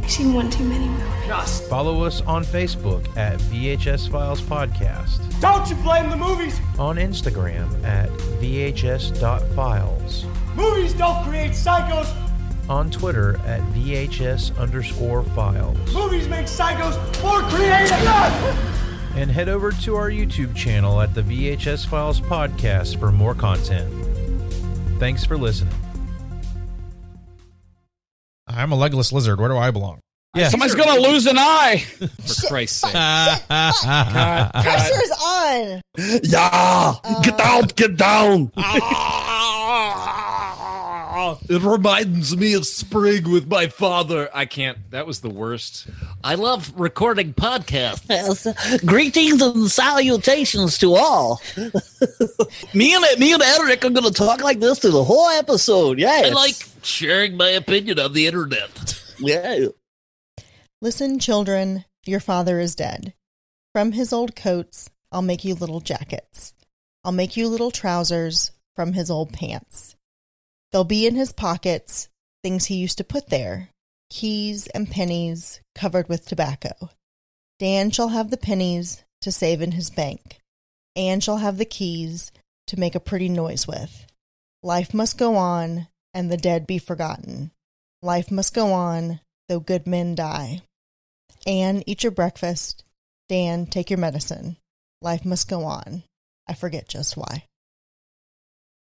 I've seen one too many movies.
Just follow us on Facebook at VHS Files Podcast.
Don't you blame the movies!
On Instagram at VHS.files.
Movies don't create psychos.
On Twitter at VHS underscore file.
Movies make psychos more creative.
And head over to our YouTube channel at the VHS Files Podcast for more content. Thanks for listening.
I'm a legless lizard. Where do I belong? Yeah.
Somebody's gonna lose an eye.
For Christ's sake.
Pressure's on.
Yeah, get out, get down.
It reminds me of spring with my father. I can't. That was the worst. I love recording podcasts.
Greetings and salutations to all. me and me and Eric are going to talk like this through the whole episode. Yeah,
I like sharing my opinion on the internet.
Yeah.
Listen, children, your father is dead. From his old coats, I'll make you little jackets. I'll make you little trousers from his old pants. They'll be in his pockets, things he used to put there keys and pennies covered with tobacco. Dan shall have the pennies to save in his bank. Anne shall have the keys to make a pretty noise with. Life must go on, and the dead be forgotten. Life must go on, though good men die. Anne, eat your breakfast. Dan, take your medicine. Life must go on. I forget just why.